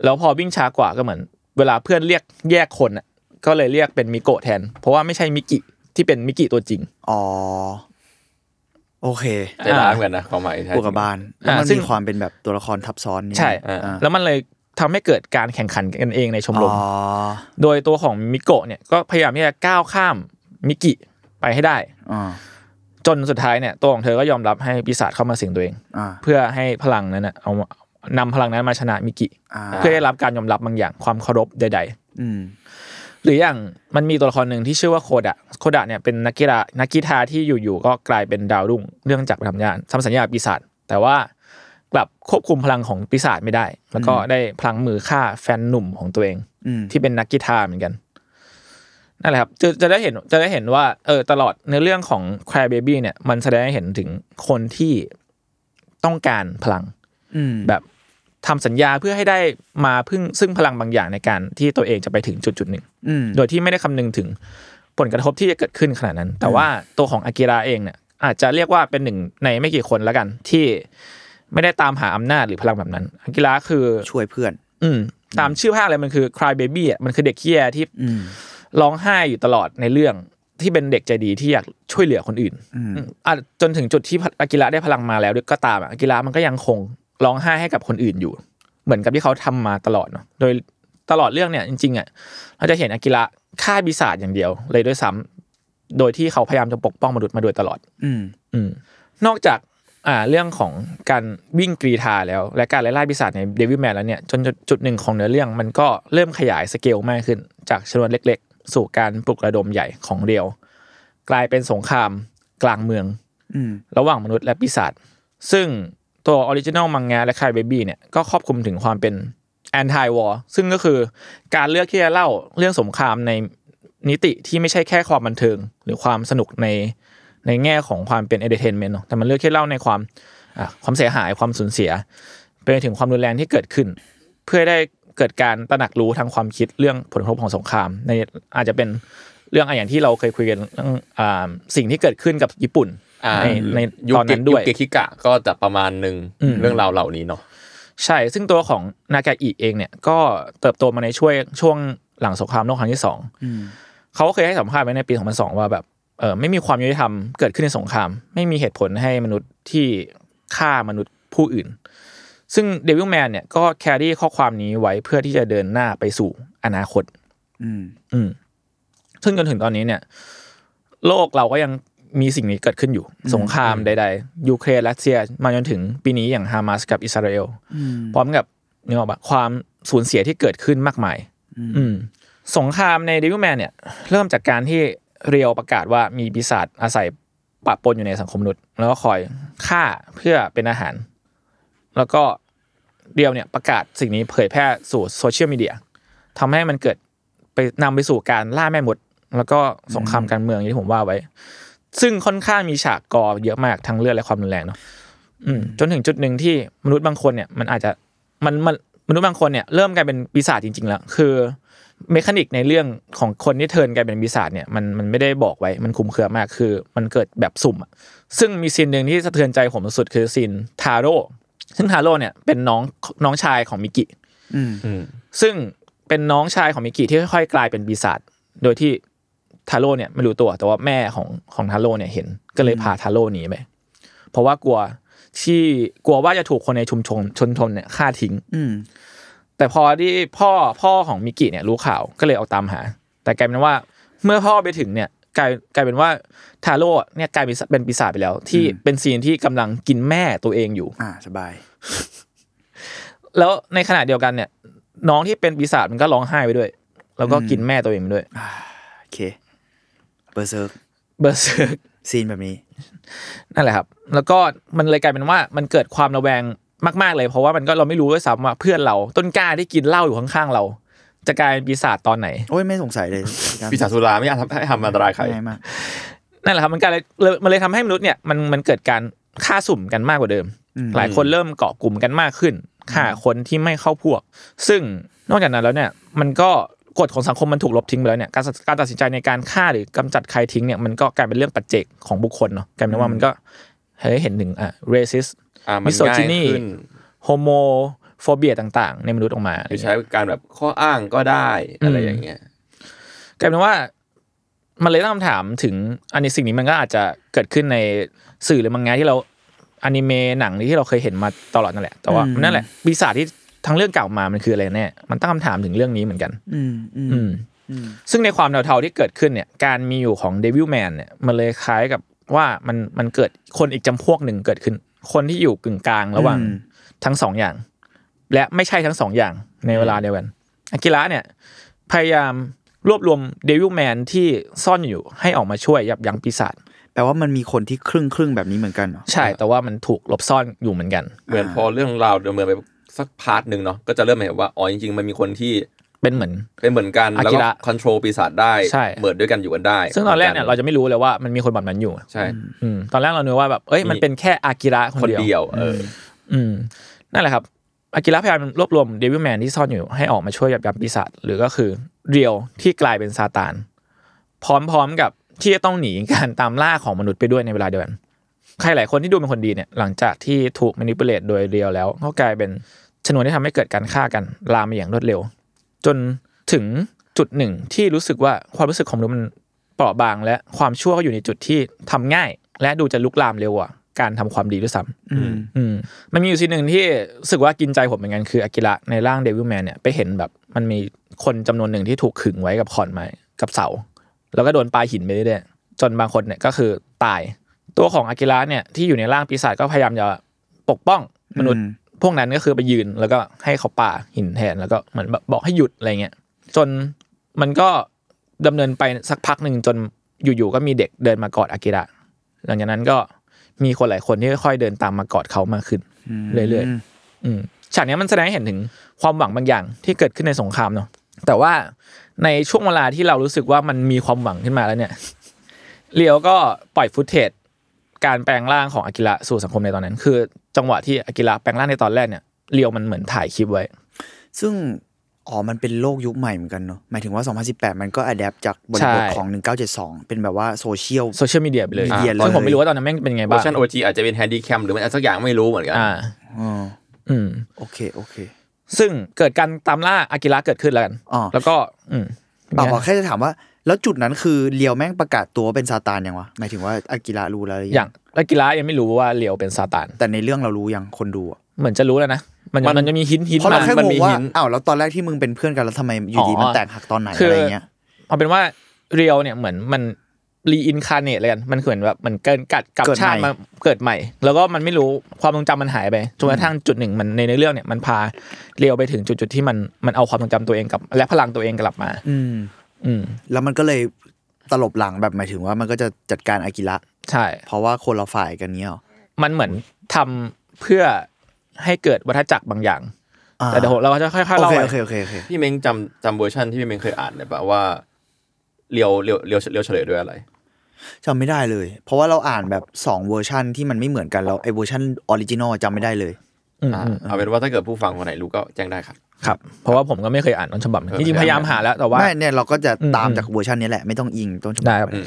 C: แล้วพอวิ่งช้ากว่าก็เหมือน เวลาเพื่อนเรียกแยกคนอะก็เลยเรียกเป็นมิโกะแทน เพราะว่าไม่ใช่มิกิที่เป็นมิกิตัวจริง
E: อ๋อ โอเค
D: ใจร้ายเหมือนกันนะความหมาย
E: บวกกับบ้านแล้วมัน
C: อ่าซึ่ง
E: มีความเป็นแบบตัวละครทับซ้อนนี่
C: ใช่
E: อ่า
C: แล้วมันเลยทำให้เกิดการแข่งขันกันเองในชมรม
E: อ๋อ
C: โดยตัวของมิโกะเนี่ยก็พยายามที่จะก้าวข้ามมิกิไปให้ได้
E: อ่า
C: จนสุดท้ายเนี่ยตัวของเธอก็ยอมรับให้ปีศาจเข้ามาสิงตัวเอง
E: อ่า
C: เพื่อให้พลังนั้นนะเอานำพลังนั้นมาชนะมิกิ
E: อ่า
C: เพื่อได้รับการยอมรับบางอย่างความเคารพใด
E: อืม
C: ๆ หรืออย่างมันมีตัวละครหนึ่งที่ชื่อว่าโคดะโคดะเนี่ยเป็นนักกีฬานักกีฬาที่อยู่ๆก็กลายเป็นดาวรุ่งเนื่องจากไปทำงานทำสัญญากับปีศาจแต่ว่ากลับควบคุมพลังของปีศาจไม่ได้ แล้วก็ได้พลังมือฆ่าแฟนหนุ่มของตัวเอง
E: อืม
C: ที่เป็นนักกีฬาร์เหมือนกันนั่นแหละครับจะจะได้เห็นจะได้เห็นว่าเออตลอดในเรื่องของ Cry Baby เนี่ย มันแสดงให้เห็นถึงคนที่ต้องการพลัง
E: อืม
C: แบบทำสัญญาเพื่อให้ได้มาพึ่งซึ่งพลังบางอย่างในการที่ตัวเองจะไปถึงจุดจุดๆหนึ่ง
E: อืม
C: โดยที่ไม่ได้คำนึงถึงผลกระทบที่จะเกิดขึ้นขนาดนั้น แต่ว่าตัวของอากิระเองเนี่ยอาจจะเรียกว่าเป็นหนึ่งในไม่กี่คนแล้วกัน ที่ไม่ได้ตามหาอำนาจหรือพลังแบบนั้นอากิระคือ
E: ช่วยเพื่อน
C: อืมตามชื่อภาคเลยมันคือ cry baby อ่ะมันคือเด็กขี้แยที่
E: อืม
C: ร้องไห้อยู่ตลอดในเรื่องที่เป็นเด็กใจดีที่อยากช่วยเหลือคนอื่นอืมอ่ะจนถึงจุดที่อากิระได้พลังมาแล้วด้วยก็ตามอ่ะอากิระมันก็ยังคงร้องไห้ให้กับคนอื่นอยู่ เหมือนกับที่เขาทำมาตลอดเนาะโดยตลอดเรื่องเนี่ยจริงๆอ่ะเราจะเห็นอากิระฆ่าปีศาจอย่างเดียว เลยด้วยซ้ำโดยที่เขาพยายามจะปกป้องมนุษย์มาโดยตลอด
E: อืม
C: อืมนอกจากอ่าเรื่องของการวิ่งกรีธาแล้ว และการไล่ล่าปีศาจในเดวิ l แมนแล้วเนี่ยจนจุดจุดหนึ่งของเนื้อเรื่องมันก็เริ่มขยายสเกลมากขึ้น จากชนวนเล็กๆ สู่การปลุกระดมใหญ่ของเรียว กลายเป็นสงครามกลางเมือง
E: อืม
C: ระหว่างมนุษย์และปีศาจซึ่งตัวออริจิน l ลมังงะและคายเบบี้เนี่ยก็ครอบคลุมถึงความเป็นแอนตี้วอร์ซึ่งก็คือการเลือกที่จะเล่าเรื่องสงครามในนิติที่ไม่ใช่แค่ความบันเทิง หรือความสนุกในในแง่ของความเป็นเอนเตอร์เทนเมนต์เนาะแต่มันเลือกที่เล่าในความอ่ะความเสียหายความสูญเสีย ไปถึงความรุนแรงที่เกิดขึ้น เพื่อได้เกิดการตระหนักรู้ทางความคิดเรื่องผลกระทบของสงครามในอาจจะเป็นเรื่องอะอย่างที่เราเคยคุยกันเรื่องอ่าสิ่งที่เกิดขึ้นกับญี่ปุ่น
D: อ่า
C: ในใน
D: ยุค
C: ตอนนั้นด้วย
D: เกคิกะก็จะประมาณหนึ่ง
C: อืม
D: เรื่องราวเหล่านี้เนาะ
C: ใช่ ซึ่งตัวของนากาอิเองเนี่ยก็เติบโตมาในช่วงช่วงหลังสงครามโลกครั้งที่สอง เขาก็เคยให้สัมภาษณ์ไว้ในปี 2002 ว่าแบบเออไม่มีความยุติธรรมเกิดขึ้นในสงคราม ไม่มีเหตุผลให้มนุษย์ที่ฆ่ามนุษย์ผู้อื่น ซึ่งเดวิลแมนเนี่ยก็แครี่ข้อความนี้ไว้เพื่อที่จะเดินหน้าไปสู่อนาคต
E: อืม
C: อืมซึ่งจนถึงตอนนี้เนี่ย โลกเราก็ยังมีสิ่งนี้เกิดขึ้นอยู่ สงครามใดๆ ยูเครนรัสเซียมาจนถึงปีนี้อย่างฮามาสกับอิสราเอลพร้อมกับนี่ออกปะความสูญเสียที่เกิดขึ้นมากมาย อืมสงครามในเดวิลแมนเนี่ย เริ่มจากการที่เรียวประกาศว่ามีปีศาจอาศัยปะปนอยู่ในสังคมมนุษย์ แล้วก็คอยฆ่าเพื่อเป็นอาหาร แล้วก็เรียวเนี่ยประกาศสิ่งนี้เผยแพร่สู่โซเชียลมีเดียทำให้มันเกิด ไปนำไปสู่การล่าแม่มด แล้วก็สงครามการเมืองอย่างที่ผมว่าไว้ ซึ่งค่อนข้างมีฉากกอเยอะมากทั้งเลือดและความรุนแรงเนาะอืมจนถึงจุดหนึ่งที่มนุษย์บางคนเนี่ย มันอาจจะมันมันมนุษย์บางคนเนี่ยเริ่มกลายเป็นปีศาจจริง ๆ แล้ว คือเมคานิกในเรื่องของคนที่เทิร์นกลายเป็นปีศาจเนี่ยมันมันไม่ได้บอกไว้มันคลุมเครือมากคือ มันเกิดแบบสุ่มอะซึ่งมีซีนหนึ่งที่สะเทือนใจผมสุดๆคือซีนทาโร่ซึ่งทาโร่เนี่ยเป็นน้องน้องชายของมิกิ
E: อืม
D: อืม
C: ซึ่งเป็นน้องชายของมิกิที่ค่อยๆ กลายเป็นปีศาจ โดยที่ทาโร่เนี่ยไม่รู้ตัว แต่ว่าแม่ของของทาโร่เนี่ยเห็น ก็เลยพาทาโร่หนีไป เพราะว่ากลัวที่กลัวว่าจะถูกคนในชุมชนชนชนเนี่ยฆ่าทิ้ง
E: อืม
C: แต่พอที่พ่อพ่อของมิกิเนี่ยรู้ข่าวก็เลยเอาตามหา แต่กลายเป็นว่าเมื่อพ่อไปถึงเนี่ยกลายกลายเป็นว่าทาโร่เนี่ยกลายเป็นเป็นปีศาจไปแล้ว ที่เป็นซีนที่กำลังกินแม่ตัวเองอยู่
E: อ่า สบาย
C: แล้วในขณะเดียวกันเนี่ย น้องที่เป็นปีศาจมันก็ร้องไห้ไปด้วย แล้วก็กินแม่ตัวเองไปด้วย
E: โอเค เบอร์เซิร์ก
C: เบอร์เซิร์ก
E: ซีนแบบนี้
C: นั่นแหละครับ แล้วก็มันเลยกลายเป็นว่ามันเกิดความระแวงมาก ๆเลย เพราะว่ามันก็เราไม่รู้ด้วยซ้ำว่าเพื่อนเราต้นกล้าที่กินเหล้าอยู่ข้างๆเรา จะกลายเป็นปีศาจตอนไหน
E: โอ้ย ไม่สงสัยเลย
D: ปีศาจสุราไม่อาจทำให้ทำอันตรายใคร
E: ง่ายมาก
C: นั่นแหละครับมันกลายเลยมันเลยทำให้มนุษย์เนี่ยมันมันเกิดการฆ่าสุ่มกันมากกว่าเดิม หลายคนเริ่มเกาะกลุ่มกันมากขึ้นฆ่าคนที่ไม่เข้าพวก ซึ่งนอกจากนั้นแล้วเนี่ยมันก็กฎของสังคมมันถูกลบทิ้งไปแล้วเนี่ยการตัดการตัดสินใจในการฆ่าหรือกำจัดใครทิ้งเนี่ยมันก็กลายเป็นเรื่องปัจเจกของบุคคลเนาะกลายเป็นว่ามันก็เฮ้ยเห็นหนึ่งอ่ะ racist
D: อ่ามันง่าย
C: misogyny
D: ขึ้น
C: homophobia ต่างๆ ในมนุษย์ออกมา
D: หรือใช้การแบบข้ออ้างก็ได้อะไร
C: อืม
D: อย่างเงี้ย
C: กลายเป็นว่ามันเลยตั้งคำถามถึงอันนี้สิ่งนี้มันก็อาจจะเกิดขึ้นในสื่อหรือมังงะที่เราอนิเมะหนังที่เราเคยเห็นมาตลอดนั่นแหละ แต่ว่า
E: อืม
C: นั่นแหละปีศาจที่ทั้งเรื่องเก่ามามันคืออะไรแน่มันตั้งคำถามถึงเรื่องนี้เหมือนกัน
E: อืม อืม
C: อืม
E: อืม
C: ซึ่งในความเทาๆที่เกิดขึ้นเนี่ยการมีอยู่ของเดวิลแมนเนี่ยมันเลยคล้ายกับว่ามันมันเกิดคนอีกจำพวกหนึ่งเกิดขึ้น คนที่อยู่กึ่งกลางระหว่าง
E: อืม
C: ทั้งสองอย่าง และไม่ใช่ทั้งสองอย่างในเวลาเดียวกันอากิระเนี่ยพยายามรวบรวมเดวิลแมนที่ซ่อนอยู่ให้ออกมาช่วยยับยั้งปีศาจ
E: แปลว่ามันมีคนที่ครึ่งครึ่งๆแบบนี้เหมือนกันเหรอ
C: ใช่แต่ว่ามันถูกหลบซ่อนอยู่เหมือนกัน
D: เหมือนพอเรื่องราวดำเนินไปสักพาร์ทหนึ่งเนาะก็จะเริ่มเห็นว่าอ๋อจริงๆมันมีคนที่
C: เป็นเหมือน
D: เป็นเหมือนกัน
C: อา
D: แล้ว
C: กิ
D: ก็
C: ระ
D: คอนโทรลปีศาจได้
C: ใช่
D: เหมือนด้วยกันอยู่กันได้
C: ซึ่งตอนแรกเนี่ยเราจะไม่รู้เลยว่ามันมีคนแบบนั้นอยู่
D: ใช่
C: อืมตอนแรกเราเนื้อว่าแบบเอ้ยมันเป็นแค่อากิระค
D: คน น
C: เดียว
D: เดียว เออ
C: อืมนั่นแหละครับอากิระพยายามรวบรวมเดวิลแมนที่ซ่อนอยู่ให้ออกมาช่วยยับยั้งปีศาจหรือก็คือเรียวที่กลายเป็นซาตาน พร้อมๆกับที่จะต้องหนีการตามล่าของมนุษย์ไปด้วยในเวลาเดียวกันใครหลายคนที่ดูเป็นคนดีเนี่ยหลังจากที่ถูก manipulate โดยเรียวแล้วก็กลายเป็นชนวนที่ทำให้เกิดการฆ่ากันลามไปอย่างรวดเร็ว จนถึงจุดหนึ่งที่รู้สึกว่าความรู้สึกของมนุษย์มันเปราะบาง และความชั่วก็อยู่ในจุดที่ทำง่าย และดูจะลุกลามเร็วกว่าการทำความดีด้วยซ้ำ
D: อืม
C: อืมมันมีอยู่ซีนหนึ่งที่รู้สึกว่ากินใจผมเหมือนกันคืออากิระในร่างเดวิลแมนเนี่ยไปเห็นแบบมันมีคนจำนวนหนึ่งที่ถูกขึงไว้กับขอนไม้กับเสา แล้วก็โดนปลาหินไปเรื่อยๆจนบางคนเนี่ยก็คือตาย ตัวของอากิระเนี่ยที่อยู่ในร่างปีศาจก็พยายามจะปกป้องมนุษย์
E: อืม
C: พวกนั้นก็คือไปยืนแล้วก็ให้เขาปาหินแทนแล้วก็เหมือนแบบบอกให้หยุดอะไรเงี้ยจนมันก็ดำเนินไปสักพักหนึ่งจนอยู่ๆก็มีเด็กเดินมากอดอากิระ หลังจากนั้นก็มีคนหลายคนที่ค่อยๆเดินตามมากอดเขามากขึ้น เรื่อยๆอืมฉากเนี้ยมันแสดงให้เห็นถึงความหวังบางอย่างที่เกิดขึ้นในสงครามเนาะแต่ว่าในช่วงเวลาที่เรารู้สึกว่ามันมีความหวังขึ้นมาแล้วเนี่ย เลียวก็ปล่อยฟุตเทจการแปลงร่างของอากิระสู่สังคมในตอนนั้น คือ จังหวะที่อากิระแปลงร่างในตอนแรกเนี่ยเลียวมันเหมือนถ่ายคลิปไว้
E: ซึ่ง อ๋อ มันเป็นโลกยุคใหม่เหมือนกันเนอะหมายถึงว่า 2018 มันก็อัดแอปจากบริบท
C: ใช่
E: ของ 1972 เป็นแบบว่าโซเชียล
C: โซเชียลมีเดียไปเลย
E: มีเดียเลย
C: ซึ่งผมไม่รู้ว่าตอนนั้นแม่งเป็นไง
D: เวอ
C: บ้าง
D: ร์ชันโอจีอาจจะเป็นแฮนดี้แคมหรือมันอะไรสักอย่างไม่รู้เหมือนกัน
C: อ่า
E: อ๋อ
C: อืม
E: โอเค โอเค
C: ซึ่งเกิดการตามล่าอากิระเกิดขึ้นแล้วกัน
E: อ๋อ
C: แล้วก็อืม
E: เปล่าๆแค่จะถามว่า แล้วจุดนั้นคือเลียวแม่งประกาศตัวว่าเป็นซาตานยังวะหมายถึงว่าอากิระรู้แล้วหรื
C: อย่างนักกีฬายังไม่รู้ว่าเลียวเป็นซาตาน
E: แต่ในเรื่องเรารู้ยังคนดูอะ
C: เหมือนจะรู้แล้วนะ มัน
D: มัน
C: มันจะมีฮินฮิน
E: เพราะเรา
C: มา
E: แค่
D: มัน
E: ง
D: มี
E: งว่า
D: หิน
E: อ้าวแล้วตอนแรกที่มึงเป็นเพื่อนกันแล้วทำไมอยู่ดี
C: อ๋อ
E: มันแตกหักตอนไหนอะไรเงี้ย
C: เอาเป็นว่าเรียวเนี่ยเหมือนมันรีอินคาเนตเลยกันมันเหมือนแบบมันเกินกัดกลับชาติมาเกิดใหม่ แล้วก็มันไม่รู้ความทรงจำมันหายไปจนกระทั่งจุดหนึ่งมันในในเรื่องเนี่ยมันพาเรียวไปถึงจุดจุดๆที่มันมันเอาความทรงจำตัวเองกลับ และพลังตัวเองกลับมา
E: อืม
C: อืม
E: แล้วมันก็เลยตลบหลังแบบหมายถึงว่ามันก็จะจัดการอากิระ
C: ใช่
E: เพราะว่าคนเราฝ่ายกันเนี้ยหรอ
C: มันเหมือนทำเพื่อให้เกิดวัฏจักรบางอย่าง
E: อ่า
C: แต่เดี๋ยวเราจะค่อยๆ
E: โอ
C: เล่า
E: เค
C: ไป
E: โอเคโอเคโอเค
D: พี่เม้งจำจำเวอร์ชันที่พี่เม้งเคยอ่านได้ปะว่าเลียวเลียวเลียวเลียวเฉลยด้วยอะไร
E: จำไม่ได้เลย เพราะว่าเราอ่านแบบสองเวอร์ชันที่มันไม่เหมือนกันเราไอเวอร์ชันออริจินอลจำไม่ได้เลย
C: อืม
D: อ่า
C: อืม
D: เอาเป็นว่าถ้าเกิดผู้ฟังคนไหนรู้ก็แจ้งได้ครับ
C: ครับ เพราะว่าผมก็ไม่เคยอ่านต้นฉบับจริงๆพยายามหาแล้วแต่ว่า
E: ไม่เนี่ยเราก็จะตาม
C: อืม
E: จากเวอร์ชันนี้แหละไม่ต้องอิงต้นฉบับ
C: ได้ครับ
D: อืม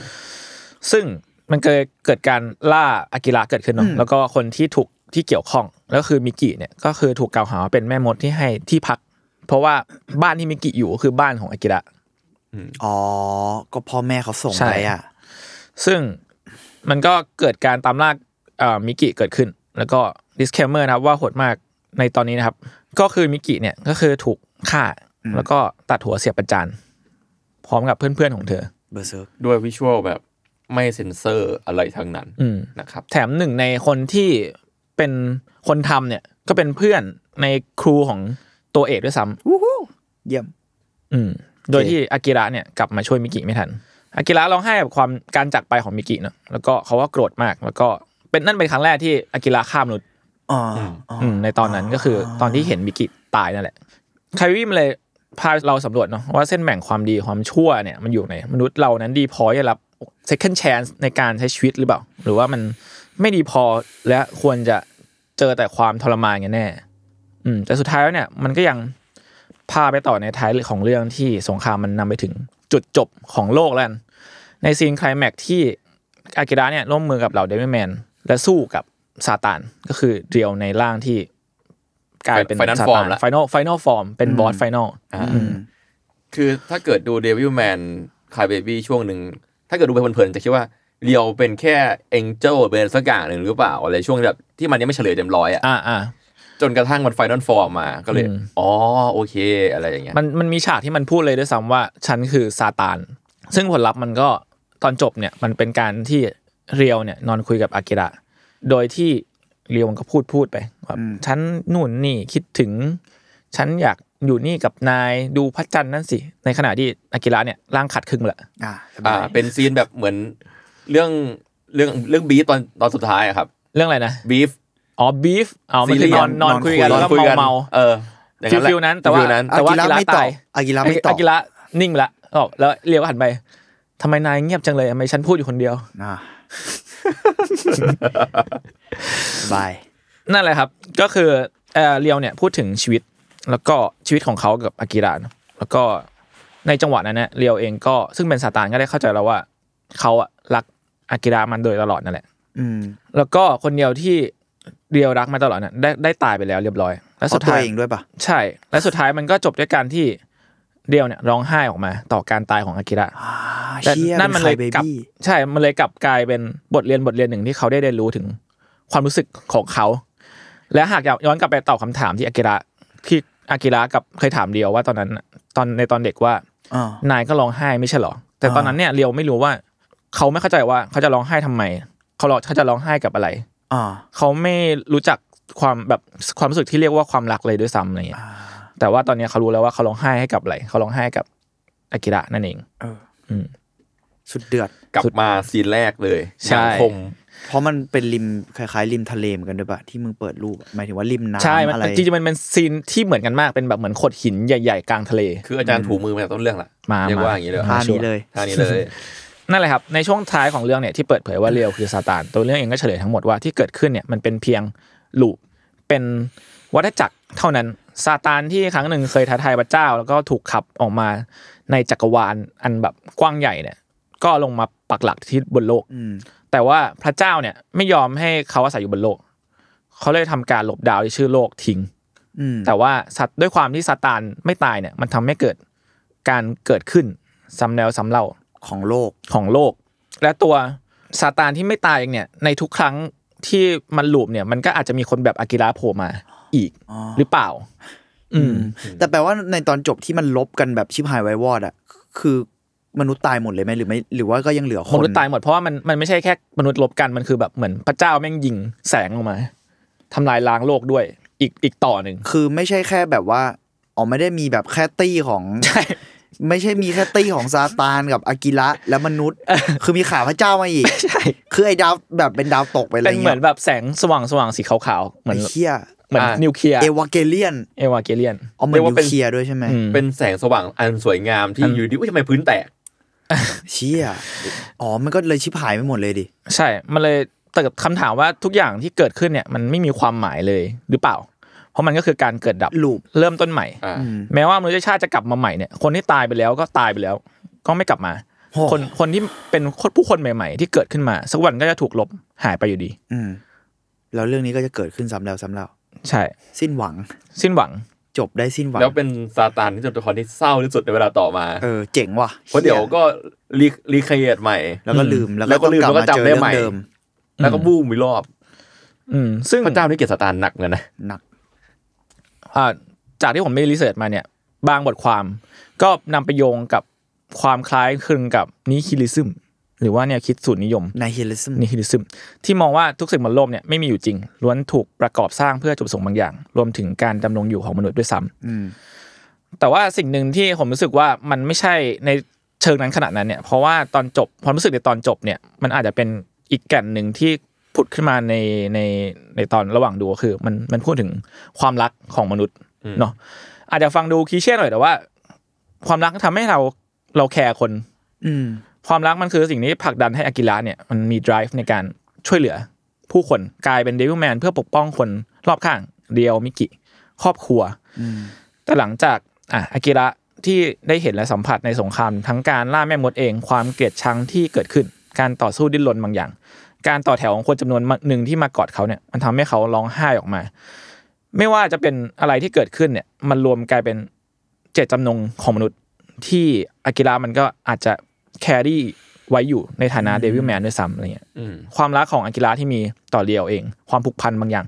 C: ซึ่งมันเคยเกิดการล่าอากิระเกิดขึ้น
E: อื
C: เนาะ
E: ม
C: แล้วก็คนที่ถูกที่เกี่ยวข้องแล้วคือมิกิเนี่ยก็คือถูกกล่าวหาว่าเป็นแม่มดที่ให้ที่พัก เพราะว่าบ้านที่มิกิอยู่คือบ้านของอากิระ
E: อ๋อ ก็พ่อแม่เขาส่ง
C: ใช่
E: ไปอ่ะ
C: ซึ่งมันก็เกิดการตามล่าเอ่อมิกิเกิดขึ้น แล้วก็ disclaimer นะครับว่าโหดมากในตอนนี้นะครับ ก็คือมิกิเนี่ยก็คือถูกฆ่าแล้วก็ตัดหัวเสียบประจานพร้อมกับเพื่อนๆของเธอ
E: เบอร์เซิร์ก
D: ด้วยวิชวลแบบไม่เซ็นเซอร์อะไรทั้งนั้น
C: อืม
D: นะครับ
C: แถมหนึ่งในคนที่เป็นคนทำเนี่ย ก็เป็นเพื่อนในครูของตัวเอกด้วยซ้ำ
E: เยี่ยม
C: อืม โดยที่อากิระเนี่ยกลับมาช่วยมิกิไม่ทันอากิระร้องไห้กับความการจากไปของมิกิเนอะแล้วก็เขาว่าโกรธมาก แล้วก็เป็นนั่นเป็นครั้งแรกที่อากิระฆ่ามนุษย์
E: อ๋ออ
C: อืมในตอนนั้นก็คือตอนที่เห็นมิกิตายนั่นแหละไคาวิมันเลยพาเราสำรวจเนาะว่าเส้นแบ่งความดีความชั่วเนี่ยมันอยู่ในมนุษย์เรานั้นดีพอจะรับ second chance ในการใช้ชีวิตหรือเปล่า หรือว่ามันไม่ดีพอและควรจะเจอแต่ความทรมานกันแน่ อืม แต่สุดท้ายแล้วเนี่ย มันก็ยังพาไปต่อในท้ายของเรื่องที่สงครามมันนำไปถึงจุดจบของโลกแล้วกันในซีนไคลแม็กซ์ที่อากิระเนี่ยร่วมมือกับเหล่าเดวิแมน และสู้กับซาตานก็คือเรียวในร่างที่กลายเป็น
D: Final
C: ซา
D: form
C: ตาน
D: ละ
C: ไฟนอลไฟนอลฟอร์มเป็นบอสไฟนอล
D: คือถ้าเกิดดูเดวิลแมนคายเบบี้ช่วงหนึ่ง ถ้าเกิดดูไปเพลินๆจะคิดว่าเลียวเป็นแค่เอ็นเจลเป็นสักอย่างหนึ่งหรือเปล่าอะไรช่วงแบบที่มันยังไม่เฉลยเต็มร้อยอ่ะ
C: อ่าอ่า
D: จนกระทั่งมันไฟนอลฟอร์มมาก็เลย
C: อืม
D: อ๋อโอเคอะไรอย่างเงี้ย
C: มันมันมีฉากที่มันพูดเลยด้วยซ้ำว่าฉันคือซาตาน ซึ่งผลลัพธ์มันก็ตอนจบเนี่ยมันเป็นการที่เรียวเนี่ยนอนคุยกับอากิระ โดยที่เรียวมันก็พูดพูดไปแบบฉันนู่นนี่คิดถึง ฉันอยากอยู่นี่กับนายดูพระจันทร์นั่นสิ ในขณะที่อากิระเนี่ยร่างขัดครึ่งละ
E: อ่าสบา
D: อ่ายเป็นซีนแบบเหมือนเรื่องเรื่องเรื่องบีฟตอนตอนสุดท้ายอะครับ
C: เรื่องอะไรนะ
D: บีฟ
C: อ๋อบีฟอ๋อมันคือนอนนอนคุยกันแล้วก็เมาเมา
D: เอออย่างแหละ
C: ฟิลๆนั้นแต่ว่า
D: ฟิลๆนั้น
C: แต่ว่า
E: อากิระ
C: อากิระ
E: ไม่ตอ
C: ตาย
E: บ
C: อา
E: อากิระไม่ตอบ
C: กิระนิ่งละอ้าวแล้วเรียวก็หันไปทำไมนายเงียบจังเลยทำไมฉันพูดอยู่คนเดียว
E: อ่าสบาย
C: นั่นแหละครับ ก็คือเอ่อเรียวเนี่ยพูดถึงชีวิตแล้วก็ชีวิตของเขากับอากิระเนอะแล้วก็ในจังหวะนั้นเนี่ยเรียวเองก็ซึ่งเป็นซาตานก็ได้เข้าใจแล้วว่าเขาอะรักอากิระมันโดยตลอดนั่นแหละ
E: อืม
C: แล้วก็คนเดียวที่เรียวรักมาตลอดเนี่ยได้ได้ตายไปแล้วเรียบร้อย และ
E: เพ
C: สุด
E: ราะตัว
C: ท้าย
E: เองด้วยป่ะ
C: ใช่ และสุดท้ายมันก็จบด้วยการที่เรียวเนี่ยร้องไห้ออกมาต่อการตายของอากิระ
E: อ่า
C: แต่
E: เชี่ย
C: นั่นมันเลย
E: ป็
C: กลับ
E: ใคร baby
C: ใช่ มันเลยกลับกลายเป็นบทเรียนบทเรียนหนึ่งที่เขาได้เรียนรู้ถึงความรู้สึกของเขา และหากอยากย้อนกลับไปตอบคำถามที่อากิระที่อากิระกับเคยถามเรียวว่าตอนนั้นน่ะตอนในตอนเด็กว่า
E: อ่าน
C: ายก็ร้องไห้ไม่ใช่เหรอ แต่ตอนนั้นเนี่ยเรียวไม่รู้ว่า เขาไม่เข้าใจว่าเขาจะร้องไห้ทำไม เขาร้องเขาจะร้องไห้กับอะไร
E: อ่า
C: เขาไม่รู้จักความแบบความรู้สึกที่เรียกว่าความรักเลยด้วยซ้ำอะไรอย่างเงี้ย แต่ว่าตอนเนี้ยเขารู้แล้วว่าเขาร้องไห้ให้กับอะไร เขาร้องไห้กับอากิระนั่นเอง
E: สุดเดือด
D: กลับมาซีนแรกเลย
C: ใช่
D: สังคม
E: เพราะมันเป็นริมคล้ายๆ ริมทะเลเหมือนกันด้วยป่ะที่มึงเปิดรูปอะหมายถึงว่าริมน้ำ
C: ใช่ มัน
E: อะไร
C: จริงๆมันเป็นซีนที่เหมือนกันมาก เป็นแบบเหมือนโขดหินใหญ่ๆ กลางทะเล
D: คืออาจารย์ถูมือมาจากต้นเรื่องละ
C: มา
D: เรียกว่า
C: มา
D: อย่างนี้เลยเหรอ
E: ท่านี้เลย
D: ท่านี้เลย
C: นั่นแหละครับ ในช่วงท้ายของเรื่องเนี่ยที่เปิดเผยว่าเรียวคือซาตาน ตัวเรื่องเองก็เฉลยทั้งหมดว่าที่เกิดขึ้นเนี่ยมันเป็นเพียงลูปเป็นวัฏจักรเท่านั้น ซาตานที่ครั้งหนึ่งเคยท้าทายพระเจ้า แล้วก็ถูกขับออกมาในจักรวาลอันแบบกว้างใหญ่เนี่ย ก็ลงมาปักหลักที่บนโลก
E: อืม
C: แต่ว่าพระเจ้าเนี่ยไม่ยอมให้เขาอาศัยอยู่บนโลก เขาเลยทำการหลบดาวที่ชื่อโลกทิ้ง
E: อืม
C: แต่ว่าสัตว์ด้วยความที่ซาตานไม่ตายเนี่ยมันทำให้เกิดการเกิดขึ้นซ้ำแล้วซ้ำเล่า
E: ของโลก
C: ของโลก และตัวซาตานที่ไม่ตายเองเนี่ยในทุกครั้งที่มันหลูบเนี่ย มันก็อาจจะมีคนแบบอากิระโผล่มาอีกหรือเปล่า อืม
E: แต่แปลว่าในตอนจบที่มันลบกันแบบชิบหายไว้วอดอะคือมนุษย์ตายหมดเลยไหมหรือไม่หรือว่าก็ยังเหลือค
C: ม
E: น
C: นุษย์ตายหมดเพราะว่ามันมันไม่ใช่แค่มนุษย์ลบกันมันคือแบบเหมือนพระเจ้าแม่งยิงแสงลงมาทำลายล้างโลกด้วยอีกอีกต่อหนึ่ง
E: คือไม่ใช่แค่แบบว่าอ๋อไม่ได้มีแบบแค่ตี้ของ ไม่ใช่มีแค่ตี้ของซาตานกับอากิระและม นุษย์ คือมีขาพระเจ้ามาอีก
C: ใช่
E: คือไอ้ดาวแบบเป็นดาวตกไปอะไร
C: เป็นเหมื
E: เงี้
C: อย นแบบแสงสว่างสว่างสีขาวๆเหมือน
E: ไอ้เคีย
C: เหมือน
D: อ่านิ
C: นิวเคลียร์
E: เอวาเกเลียน
C: เอวาเกเลียน
E: อ๋อเหมือ
D: เรี
E: น
D: ยก
E: นิ
D: ว่าเป็น
E: วเคลียร์ด้วยใช่ไหม
C: อืม
D: เป็นแสงสว่างอันสวยงามที่อยู่ดีว่าทำไมพื้นแตก
E: เชี่ยอ๋อมันก็เลยชิบหายไปหมดเลยดิ
C: ใช่ มันเลยแต่กับคำถามว่าทุกอย่างที่เกิดขึ้นเนี่ยมันไม่มีความหมายเลยหรือเปล่า เพราะมันก็คือการเกิดดับ
E: loop
C: เริ่มต้นใหม่
D: อ่า
C: แม้ว่ามนุษยชาติจะกลับมาใหม่เนี่ยคนที่ตายไปแล้วก็ตายไปแล้ว ก็ไม่กลับมา
E: โห
C: คนคนที่เป็นคนผู้คนใหม่ ๆ ที่เกิดขึ้นมาสักวันก็จะถูกลบหายไปอยู่ดี
E: อืมแล้วเรื่องนี้ก็จะเกิดขึ้นซ้ำแล้วซ้ำเล่า
C: ใช่
E: สิ้นหวัง
C: สิ้นหวัง
E: จบได้สิ้นหวัง
D: แล้วเป็นซาตานที่เป็นตัวละครที่เศร้าที่สุดในเวลาต่อมา
E: เออเจ๋งว่ะ
D: เพราะเดี๋ยว
E: ชี่
D: ก็รีรีเครียดใหม่
E: แล้วก็ลืมแล้ว
D: แล้
E: ก็
D: วก็
E: ต้อง
D: ลืม
E: กลับมา
D: แล้วก็
E: เจอ
D: จำได้
E: เรื่อ
D: ใหม่
E: งเดิม
D: แล้วก็บูมอีกรอบ
C: อืมซึ่ง
D: พระเจ้านี่เกลียดซาตานหนักเหมือนกันนะ
E: หนัก
C: อ่าจากที่ผมไปรีเสิร์ชมาเนี่ย บางบทความก็นำไปโยงกับความคล้ายคลึงกับนิคิลิซึมหรือว่าเนี่ยคิดสูตรนิยม
E: นายเฮลิซึม
C: นิฮิลิซึมที่มองว่าทุกสิ่งบนโลกเนี่ยไม่มีอยู่จริง ล้วนถูกประกอบสร้างเพื่อจุดประสงค์บางอย่าง รวมถึงการดำรงอยู่ของมนุษย์ด้วยซ้ำ
E: อืม
C: แต่ว่าสิ่งหนึ่งที่ผมรู้สึกว่ามันไม่ใช่ในเชิงนั้นขนาดนั้นเนี่ยเพราะว่าตอนจบความรู้สึกในตอนจบเนี่ยมันอาจจะเป็นอีกแก่นหนึ่งที่ผุดขึ้นมาในในในตอนระหว่างดูก็คือ มันมันพูดถึงความรักของมนุษย์เนาะอาจจะฟังดูคลีเช่หน่อยแต่ว่า ความรักทำให้เราเราแคร์คน
E: อืม
C: ความรักมันคือสิ่งที่ผลักดันให้อากิระเนี่ยมันมี drive ในการช่วยเหลือ ผู้คนกลายเป็นเดวิลแมนเพื่อปกป้องคนรอบข้างเดียวมิกิครอบครัวแต่หลังจากอ่ะอากิระที่ได้เห็นและสัมผัสในสงคราม ทั้งการล่าแม่มดเองความเกลียดชังที่เกิดขึ้น การต่อสู้ดิ้นรนบางอย่าง การต่อแถวของคนจำนวนหนึ่งที่มากอดเขาเนี่ยมันทำให้เขาร้องไห้ออกมา ไม่ว่าจะเป็นอะไรที่เกิดขึ้นเนี่ยมันรวมกลายเป็นเจตจำนงของมนุษย์ที่อากิระมันก็อาจจะแครี่ไว้อยู่ในฐานะเดวิลแมนด้วยซ้ำอะไรเงี้ย
D: อืม
C: ความรักของอากิระที่มีต่อเรียวเอง ความผูกพันบางอย่าง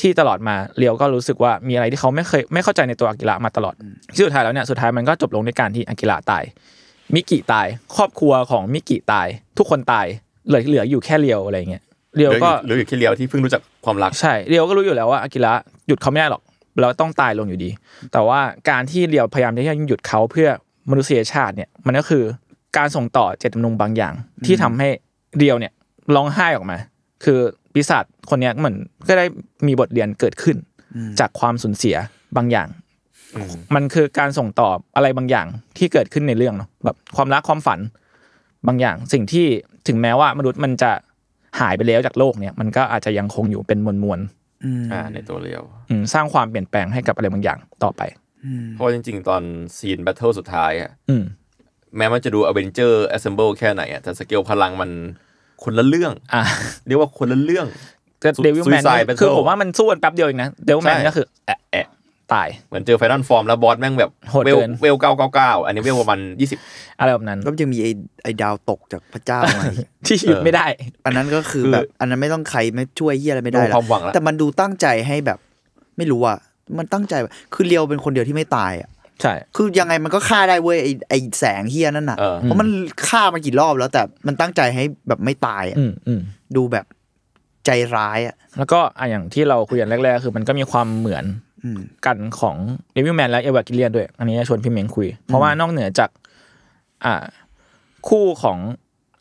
C: ที่ตลอดมาเรียวก็รู้สึกว่ามีอะไรที่เขาไม่เคยไม่เข้าใจในตัวอากิระมาตลอดที่สุดท้ายแล้วเนี่ยสุดท้ายมันก็จบลงในการที่อากิระตาย มิกิตาย ครอบครัวของมิกิตาย ทุกคนตายเหลือเหลืออยู่แค่เรียวอะไรเงี้ยเรียวก็
D: หรืออยู่แค่เลียวที่เพิ่งรู้จักความรัก
C: ใช่เรียวก็รู้อยู่แล้วว่าอากิระหยุดเขาไม่ได้หรอก เราต้องตายลงอยู่ดี แต่ว่าการที่เรียวพยายามที่จะหยุดเขาเพื่อมนุษยชาติเนี่ย มันก็คือการส่งต่อเจตจำนงบางอย่าง ที่ทำให้เรียวเนี่ยร้องไห้ออกมา คือปีศาจคนเนี้ยเหมือนก็ได้มีบทเรียนเกิดขึ้น จากความสูญเสียบางอย่าง มันคือการส่งต่ออะไรบางอย่างที่เกิดขึ้นในเรื่องเนาะแบบความรักความฝันบางอย่าง สิ่งที่ถึงแม้ว่ามนุษย์มันจะหายไปแล้วจากโลกเนี่ย มันก็อาจจะยังคงอยู่เป็นมวลมวล
D: อ่า ในตัวเลียว
C: ๆอืมสร้างความเปลี่ยนแปลงให้กับอะไรบางอย่างต่อไป
D: เพราะว่าจริง ๆ ตอนซีนแบทเทิลสุดท้ายอะ
C: อืม
D: แม้มันจะดูอเวนเจอร์แอสเซมเบิลแค่ไหนอะแต่สเกลพลังมันคนละเรื่อง
C: อ่ะ
D: เรียกว่าคนละเรื่อง
C: ก็เดวิลแมน
D: Suicide Battle
C: คือผมว่ามันสู้กันแป๊บเดียวเองนะเดวิลแมน
D: ใช่
C: ก็คือแอะ
D: แอะ
C: ตาย
D: เหมือนเจอไฟนอลฟอร์มแล้วบอสแม่งแบบ
C: โหด
D: เว
C: เกิ
D: ล
C: น
D: เวลเก้าเก้าเก้าอันนี้เวลประมาณยี่สิบ
C: อะไรแบบนั้น
E: แล้วยังมีไอ้ไอ้ดาวตกจากพระ เจ้ามาอีก
C: ที่หยุดไม่ได้
E: อันนั้นก็คือ
D: คือ
E: แบบอันนั้นไม่ต้องใครไม่ช่วยเยี่ยอะไรไม่ได้
D: ดูความหวังละ
E: แต่มันดูตั้งใจให้แบบ ไม่รู้อ่ะมันตั้งใจแบบคือเลียวเป็นคนเดียวที่ไม่ตายอ่ะ
C: ใช่
E: คือยังไงมันก็ฆ่าได้เว้ยไอ้ไอ้แสงเฮียนั่นน่ะ
D: เออ
E: เพราะมันฆ่ามากี่รอบแล้วแต่มันตั้งใจให้แบบไม่ตายอะ
C: อืมอืม
E: ดูแบบใจร้ายอ่ะ
C: แล้วก็อ่ะอย่างที่เราคุยกันแรกๆ คือมันก็มีความเหมือน
E: อืม
C: กันของเดวิลแมนและเอวากิเลียนด้วย อันนี้ชวนพี่เม้งคุย เพราะว่านอกเหนือจาก อ่า คู่ของ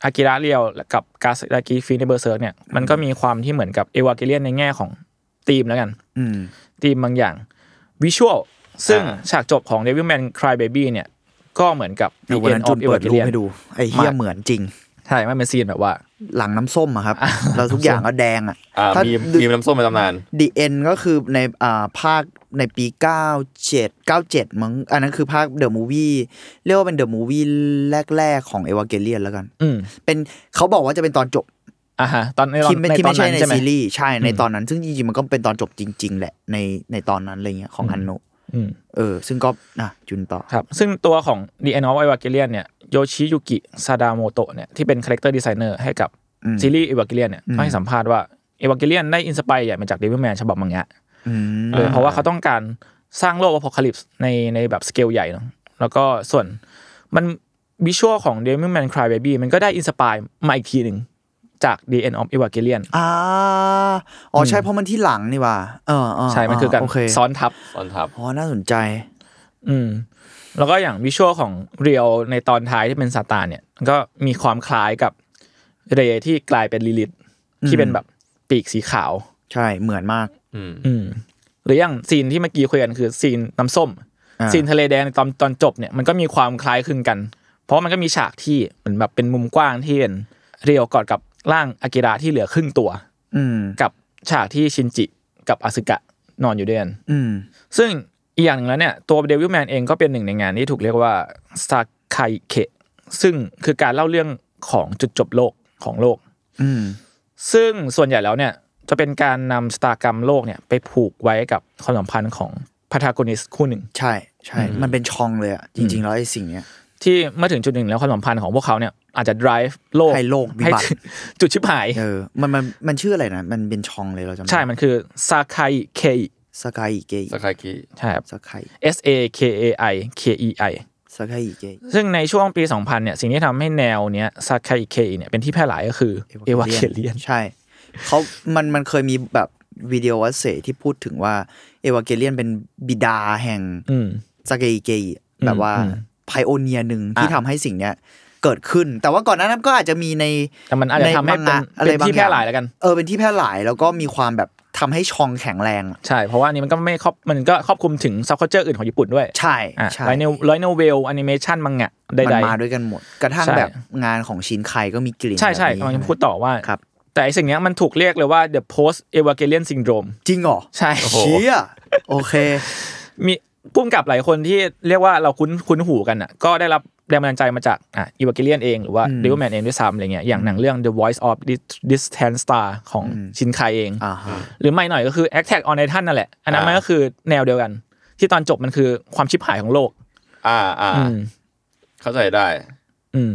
C: อากิระเรียวกับกาสดากิฟีในเบอร์เซิร์กเนี่ยมันก็มีความที่เหมือนกับเอวากิเลียนในแง่ของธีมแล้วกัน
E: อืม
C: ธีมบางอย่างวิชวลซึ่ง
D: อ่า
C: ฉากจบของเดวิลแมนคลายเบบี้เนี่ย ก็เหมือนกับ
E: เดี๋ยววันนั้นจุน
C: End of
E: เปิดรูป
C: Evangelion
E: ให้ดู ไอ้เฮียเหมือนจริง
C: ใช่มันเป็นซีนแบบว่า
E: หลังน้ำส้มอะ ครับ เราทุกอย่างก็แดงอะ
D: อ่า
E: ถ้า
D: มี
E: ดู
D: มีน้ำส้มในตำนาน
E: ดีเอ็นก็คือในอ่าภาคในปี 97 97มั้งอันนั้นคือภาคเดอะมูวี่เรียกว่าเป็นเดอะมูวี่แรก ๆ ของเอวาเกเลียนแล้วกัน
C: อืม
E: เป็นเขาบอกว่าจะเป็นตอนจบ
C: อ่ะฮะตอนในตอน
E: ที่ไม่
C: ใน
E: ที่
C: ตอน
E: ไม่ใช่
C: นั้นใช่ไห
E: ใน
C: ม
E: ซีรีส์ใช่ใน
C: อืม
E: ตอนนั้น ซึ่งจริงๆ มันก็เป็นตอนจบจริง ๆ แหละ ในในตอนนั้นอะไรเงี้ยของ
C: อืม
E: ฮันโนะ
C: อืม
E: เออ ซึ่งก็นะจุนต่อ
C: ครับซึ่งตัวของ The End of Evangelion เนี่ย โยชิยุกิซาดาโมโตะเนี่ยที่เป็นคาแรคเตอร์ดีไซเนอร์ให้กับ
E: อืม
C: ซีรีส์เอวากิเลียนเนี่ย
E: อืม
C: เขาให้สัมภาษณ์ว่าเอวากิเลียนได้อินสปายใหญ่มาจากเดวิลแมนฉบับมังงะ
E: อืม
C: เออเพราะว่าเขาต้องการสร้างโลกอพอลลิปส์ในในแบบสเกลใหญ่เนาะแล้วก็ส่วนมันวิชวลของเดวิลแมนคลายเบบี้มันก็ได้อินสปายมาอีกทีหนึ่งจาก The End of Evangelion
E: อ่าอ๋อใช่เพราะมันที่หลังนี่ว่าเออเออ
C: ใช่มันคือการ
E: โเค
C: ซ้อนทับ
D: ตอนทับ
E: อ๋อน่าสนใจ
C: อืมแล้วก็อย่างวิชวลของเรียวในตอนท้ายที่เป็นซาตานเนี่ยก็มีความคล้ายกับเรย์ที่กลายเป็นลิลิตที่เป็นแบบปีกสีขาว
E: ใช่เหมือนมาก
D: อืม
C: อืมหรืออย่างซีนที่เมื่อกี้คุยกันคือซีนน้ำส้ม
E: อ่า
C: ซีนทะเลแดงในตอนตอนจบเนี่ยมันก็มีความคล้ายคลึงกัน เพราะมันก็มีฉากที่เหมือนแบบเป็นมุมกว้างที่เป็นเรียวกอดกับร่างอากิระที่เหลือครึ่งตัว
E: อืม
C: กับฉากที่ชินจิกับอาสึกะนอนอยู่ด้วยกัน
E: อืม
C: ซึ่งอีกอย่างหนึ่งแล้วเนี่ย ตัวเดวิลแมนเองก็เป็นหนึ่งในงานที่ถูกเรียกว่าซาคายเคะซึ่งคือการเล่าเรื่องของจุดจบโลกของโลก
E: อืม
C: ซึ่งส่วนใหญ่แล้วเนี่ย จะเป็นการนำสตากรรมโลกเนี่ย ไปผูกไว้กับความสัมพันธ์ของพาทากนิสคู่หนึ่ง
E: ใช่ใช่ มันเป็นช่องเลยอ่ะ จริง ๆ แล้วไอ้สิ่งเนี้ย
C: ที่เมื่อถึงจุดหนึ่งแล้วความสัมพันธ์ของพวกเขาเนี่ย อาจจะ drive โลก
E: ให้โลกวิบัติ
C: ให้ จุดชิบหาย
E: เออมันมันมันชื่ออะไรนะ มันเป็นช่องเลยเราจำ
C: ใช่มันคือซาคายเค
E: สกายเกย์
D: สกายคิ
C: ใช่ครับ
E: สกาย
C: S A K A I K E I
E: สกายเกย์
C: ซึ่งในช่วงปี 2000 เนี่ย สิ่งที่ทำให้แนวเนี้ยซาคาอิเคเนี่ยเป็นที่แพร่หลายก็คือเอวาเคเลียน
E: ใช่เขามันมันเคยมีแบบวิดีโอวัสเซที่พูดถึงว่าเอวาเกเลียนเป็นบิดาแห่ง
C: อืม
E: สเกเกยแบบว่า
C: อืม
E: ไพโอเนียหนึ่งที่
C: อ่ะ
E: ทำให้สิ่งเนี้ยเกิดขึ้น แต่ว่าก่อนหน้านั้นก็อาจจะมีใน
C: แต่มันอาจจะทำให้
E: ใน
C: เป็
E: มังงะ
C: น
E: อะไร
C: เป็น
E: บาง
C: ที่
E: อ
C: แพร่
E: ย่าง
C: หลายแล้วกัน
E: เออเป็นที่แพร่หลายแล้วก็มีความแบบทำให้ชองแข็งแรงอะ
C: ใช่ เพราะว่านี่มันก็ไม่ครอบมันก็ครอบคลุมถึงซับคัลเจอร์อื่นของญี่ปุ่นด้วย
E: ใช่
C: อ่ะ
E: ใช่
C: ไลเนลไลเนลเวลแอนิเมชันมังงะใ
E: มัน
C: ด
E: มาด้วยกันหมด กระทั่ง
C: ใช่
E: แบบงานของชินไคก็มีกลิ่น
C: ๆ ใช่ใช่
E: แบบนี้
C: กำลังจะพูดต่อว่า
E: ครับ
C: แต่ไอ้สิ่งเนี้ยมันถูกเรียกเลยว่า the post evangelion syndrome
E: จริงเหรอ
C: ใช่
E: เชี่ยโอเค
C: มีพุ่มกับหลายคนที่เรียกว่าเราคุ้นคุ้นหูกันอ่ะก็ได้รับแรงบันดาลใจมาจากอ่ะอีวากิเลียนเองหรือว่า
E: อืม
C: เดวิลแมนเองด้วยซ้ำอะไรเงี้ยอย่างหนังเรื่อง The Voice of Dis- Distant Star ของ
E: อืม
C: ชินไคเอง
E: อ่าฮะ
C: หรือไม่หน่อยก็คือ Attack on Titan นั่นแหละ อันนั้นมันก็คือแนวเดียวกัน ที่ตอนจบมันคือความชิบหายของโลก
D: อ่าอ่า
C: อืม
D: เข้าใจได้
C: อืม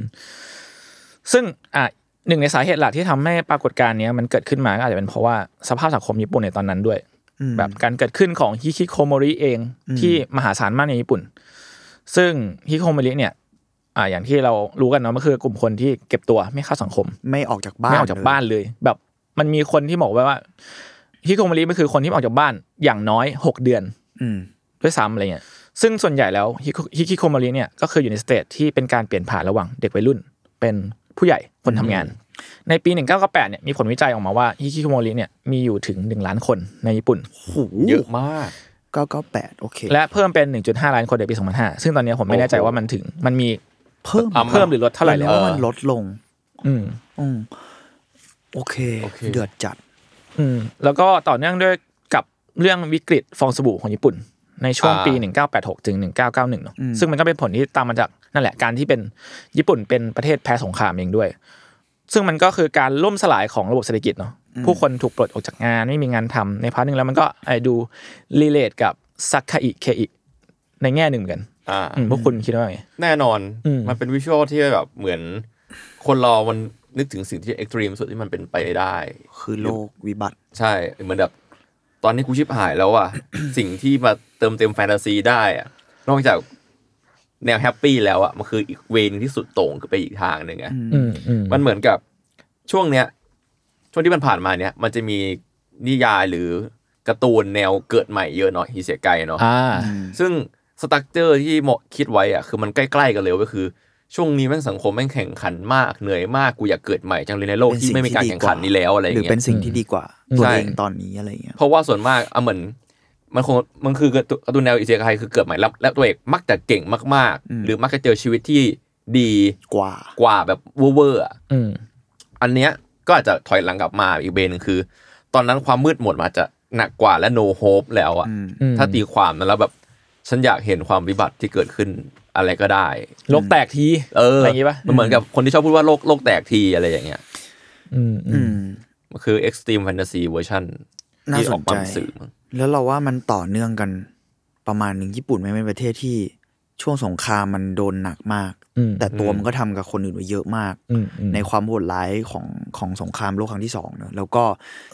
C: ซึ่งอ่ะหนึ่งในสาเหตุหลักที่ทำให้ปรากฏการณ์เนี้ยมันเกิดขึ้นมาก็อาจจะเป็นเพราะว่าสภาพสังคมญี่ปุ่นในตอนนั้นด้วย
E: อืม
C: แบบการเกิดขึ้นของฮิคิโคโมริเองที่มหาศาลมากในญี่ปุ่น ซึ่งฮิคิโคโมริเนี่ย อ่า อย่างที่เรารู้กันเนาะมันคือกลุ่มคนที่เก็บตัวไม่เข้าสังคม
E: ไม่ออกจากบ้าน
C: ไม่ออกจากบ้าน
E: เลย
C: เลย แบบมันมีคนที่บอกไว้ว่าฮิคิโคโมริมันคือคนที่ไม่ออกจากบ้านอย่างน้อยหกเดือน
E: อืม
C: ด้วยซ้ำอะไรเงี้ย ซึ่งส่วนใหญ่แล้วฮิโคฮิคิโคโมริเนี่ยก็คืออยู่ในสเตจที่เป็นการเปลี่ยนผ่านระหว่างเด็กวัยรุ่น เป็นผู้ใหญ่คนทำงาน ในปี 1998เนี่ยมีผลวิจัยออกมาว่าฮิคิโคโมริเนี่ยมีอยู่ถึง 1 ล้านคนในญี่ปุ่น
D: เยอะมาก
E: เก้าเก้าแปดโอเค
C: และเพิ่มเป็น 1.5 ล้านคนในปี 2005 ซึ่งตอนเนี้ยผมไม่แน่ใจว่ามันถึงมันมี
E: เพิ่ม
D: อ่ะ
C: เพิ่มหรือลดเท่าไหร่แล้ว
E: พะมันลดลง
C: อืม
E: อืมโอเค
D: โอเค
E: เดือดจัด
C: อืมแล้วก็ต่อเนื่องด้วยกับเรื่องวิกฤตฟองสบู่ของญี่ปุ่น ในช่วง
D: อ่า
C: ปี 1986 ถึง 1991เนอะซึ่งมันก็เป็นผลที่ตามมาจากนั่นแหละการที่เป็นญี่ปุ่นเป็นประเทศแพ้สงครามเองด้วย ซึ่งมันก็คือการล่มสลายของระบบเศรษฐกิจเนาะผู้คนถูกปลดออกจากงานไม่มีงานทำในพาร์ทหนึ่งแล้วมันก็ไอดูรีเลทกับซักคาอิเคอิในแง่หนึ่งเหมือนกัน
D: อ่า
C: อืมพวกคุณคิดว่าไง
D: แน่นอน
C: อืม
D: มันเป็นวิชวลที่แบบเหมือน คนเรามันนึกถึงสิ่งที่เอ็กตรีมสุดที่มันเป็นไปได้
E: คือโลกวิบัติ
D: ใช่เหมือนแบบ ตอนนี้กูชิบหายแล้วอ่ะ สิ่งที่มาเติมเต็มแฟนตาซีได้อ่ะนอกจากแนวแฮปปี้แล้วอ่ะมันคืออีกเวย์หนงที่สุดโต่งขึ้นไปอีกทางหนึ่งอ่ะ
C: อืมอืม
D: มันเหมือนกับช่วงเนี้ย ช่วงที่มันผ่านมาเนี้ยมันจะมีนิยายหรือการ์ตูนแนวเกิดใหม่เยอะเนาะฮิเซไกเนาะ
C: อ่า
D: ซึ่งสตั๊กเจอร์ที่เหมาะคิดไว้อะคือมันใกล้ๆกันเลยก็คือ ช่วงนี้แม่งสังคมแม่งแข่งขันมากเหนื่อยมากกูอยากเกิดใหม่จังเลยในโลก
E: เป็น
D: ที่
E: สิ่ง
D: ไม่มีการ
E: ที่ดี
D: แข่งขั
E: ก
D: น
E: ว่า
D: นี้แล้วอะไรอ
E: หรื
D: ย่า
E: อง เป็
D: เงี้
E: น
D: ย
E: สิ่งที่ดีกว่า
C: อืม
E: ตัว
D: ใช่
E: เองตอนนี้อะไรเงี้ย
D: เพราะว่าส่วนมากอ่ะเหมือนมันคงมันคือการ์ตูนแนวอิเซไคายคือเกิดใหม่แล้วและตัวเอกมักจะเก่งมากๆ หรือมักจะเจอชีวิตที่ดี
E: กว่า
D: กว่าแบบเวอร์ๆอะ
C: อืม
D: อันเนี้ยก็อาจจะถอยหลังกลับมาอีกเบนหนึ่งคือ ตอนนั้นความมืดมนมาจจะหนักกว่าและ no hope แล้วอะ
E: อืม
C: อืม
D: ถ้าตีความนั้นแล้วแบบ ฉันอยากเห็นความวิบัติที่เกิดขึ้นอะไรก็ได้
C: โลกแตกที
D: เออ
C: อะไรอย่างงี้ป่ะ
D: มันเหมือนกับคนที่ชอบพูดว่าโลกโลกแตกทีอะไรอย่างเงี้ย
C: อืมอื
E: อื
C: ม
E: ม
D: มันคือ extreme fantasy version
E: น่า
D: ที่
E: ส
D: ออน ก
E: ใจ
D: มาเป็นสื่อมั้ง
E: แล้วเราว่ามันต่อเนื่องกันประมาณหนึ่งญี่ปุ่นไม่เป็นประเทศที่ ช่วงสงครามมันโดนหนักมาก
C: อืม
E: แต่ตัว
D: อืม
E: มันก็ทำกับคนอื่นไว้เยอะมาก
C: อืมอืม
E: ในความโหดร้ายของของสงครามโลกครั้งที่สองเนอะแล้วก็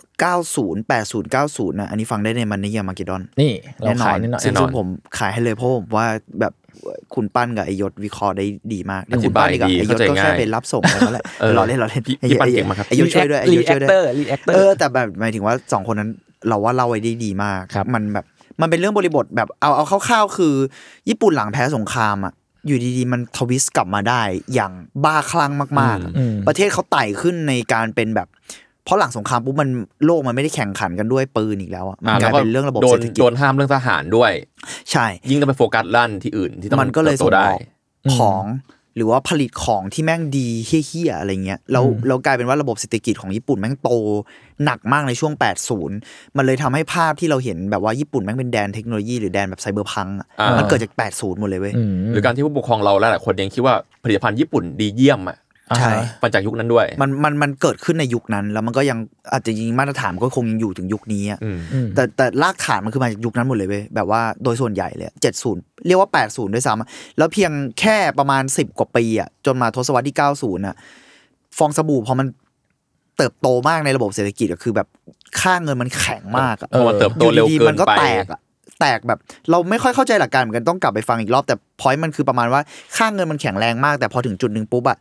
E: 90 80 90นะอันนี้ฟังได้ในมันนิยามาเกดอน
C: นี่เราขายนิดหน่อย
E: ซึ่ง
D: แน่นอน
E: ผมขายให้เลยเพราะผมว่าแบบคุณปั้นกับไอยศวิเคราะห์ได้ดีมาก
D: อธิ
E: คุณ
D: บา
E: ปั้
D: ย
E: นกับ
D: ดี
E: ไอยศ
D: เข้าใจ
E: ก็แค่
D: ง่าย
E: ไปรับส่งกันนั่นแหละ
D: เออ
E: เราเล่นเราเล่น
D: พี่พี่ปั้นเก่งมากครับ
E: ไอยศช่วยด้วยไอยศช่วยด้วย
C: Reactor Reactor
E: เออแต่แบบหมายถึงว่าสองคนนั้นเราว่าเล่าไว้ได้ดีมาก
C: ครับ
E: มันแบบมันเป็นเรื่องบริบทแบบเอาเอาคร่าวๆคือ ญี่ปุ่นหลังแพ้สงครามอ่ะอยู่ดีๆมันทวิสต์กลับมาได้อย่างบ้าคลั่งมากๆอะ
C: อืม
E: ประเทศเขาไต่ขึ้นในการเป็นแบบ เพราะหลังสงครามปุ๊บมันโลกมันไม่ได้แข่งขันกันด้วยปืนอีกแล้วอะมัน
D: อ่ะ
E: กลายเป็น
D: แว
E: เรื่องระบบ
D: โด
E: เศร
D: น
E: ษฐกิจ
D: โดนห้ามเรื่องทหารด้วย
E: ใช่
D: ยิ่งต้องไปโฟกัสด้านที่อื่นที่ต้อง
E: มันก็เลย
D: ติบ
E: ส่
D: โต
E: ง
D: ได้
E: ออกของหรือว่าผลิตของที่แม่งดีเฮี้ยๆอะไรเงี้ยแล้ว
C: อืม
E: แล้วกลายเป็นว่าระบบเศรษฐกิจของญี่ปุ่นแม่งโตหนักมากในช่วง 80 มันเลยทำให้ภาพที่เราเห็นแบบว่าญี่ปุ่นแม่งเป็นแดนเทคโนโลยีหรือแดนแบบไซเบอร์พังอะ
D: อ่ามั
E: มันเกิดจาก 80 หมดเลยเว้ย
C: ม
D: หรือการที่ผู้ปกครองเราหลายๆคนยังคิดว่าผลิตภัณฑ์ญี่ปุ่นดีเยี่ยมอ่ะ
E: ใช่
C: อ่า
D: มาจากยุคนั้นด้วย
E: มันมันมันเกิดขึ้นในยุคนั้น แล้วมันก็ยังอาจจะจริงๆมาตรฐานก็คงยังอยู่ถึงยุคนี้อะ
D: อืม
C: อืม
E: แต่แต่รากฐานมันคือมาจากยุคนั้นหมดเลยเว้ยแบบว่าโดยส่วนใหญ่เลยเจ็ดศูนย์เรียกว่าแปดศูนย์ด้วยซ้ำอะแล้วเพียงแค่ประมาณสิบกว่าปีอ่ะจนมาทศวรรษที่เก้าศูนย์อ่ะฟองสบู่พอมันเติบโตมากในระบบเศรษฐกิจก็คือแบบค่าเงินมันแข็งมากอะ
D: พอมันเติบโตเร็ว
E: อยู่ดี
D: เกิ
E: ๆมัน นก็
D: ไป
E: แตกอะแตกแบบเราไม่ค่อยเข้าใจหลักการเหมือนกันต้องกลับไปฟังอีกรอบแต่พอยต์มันคือประมาณว่าค่าเงินมันแข็งแรงมาก แต่พอถึงจุดหนึ่งปุ๊บอะ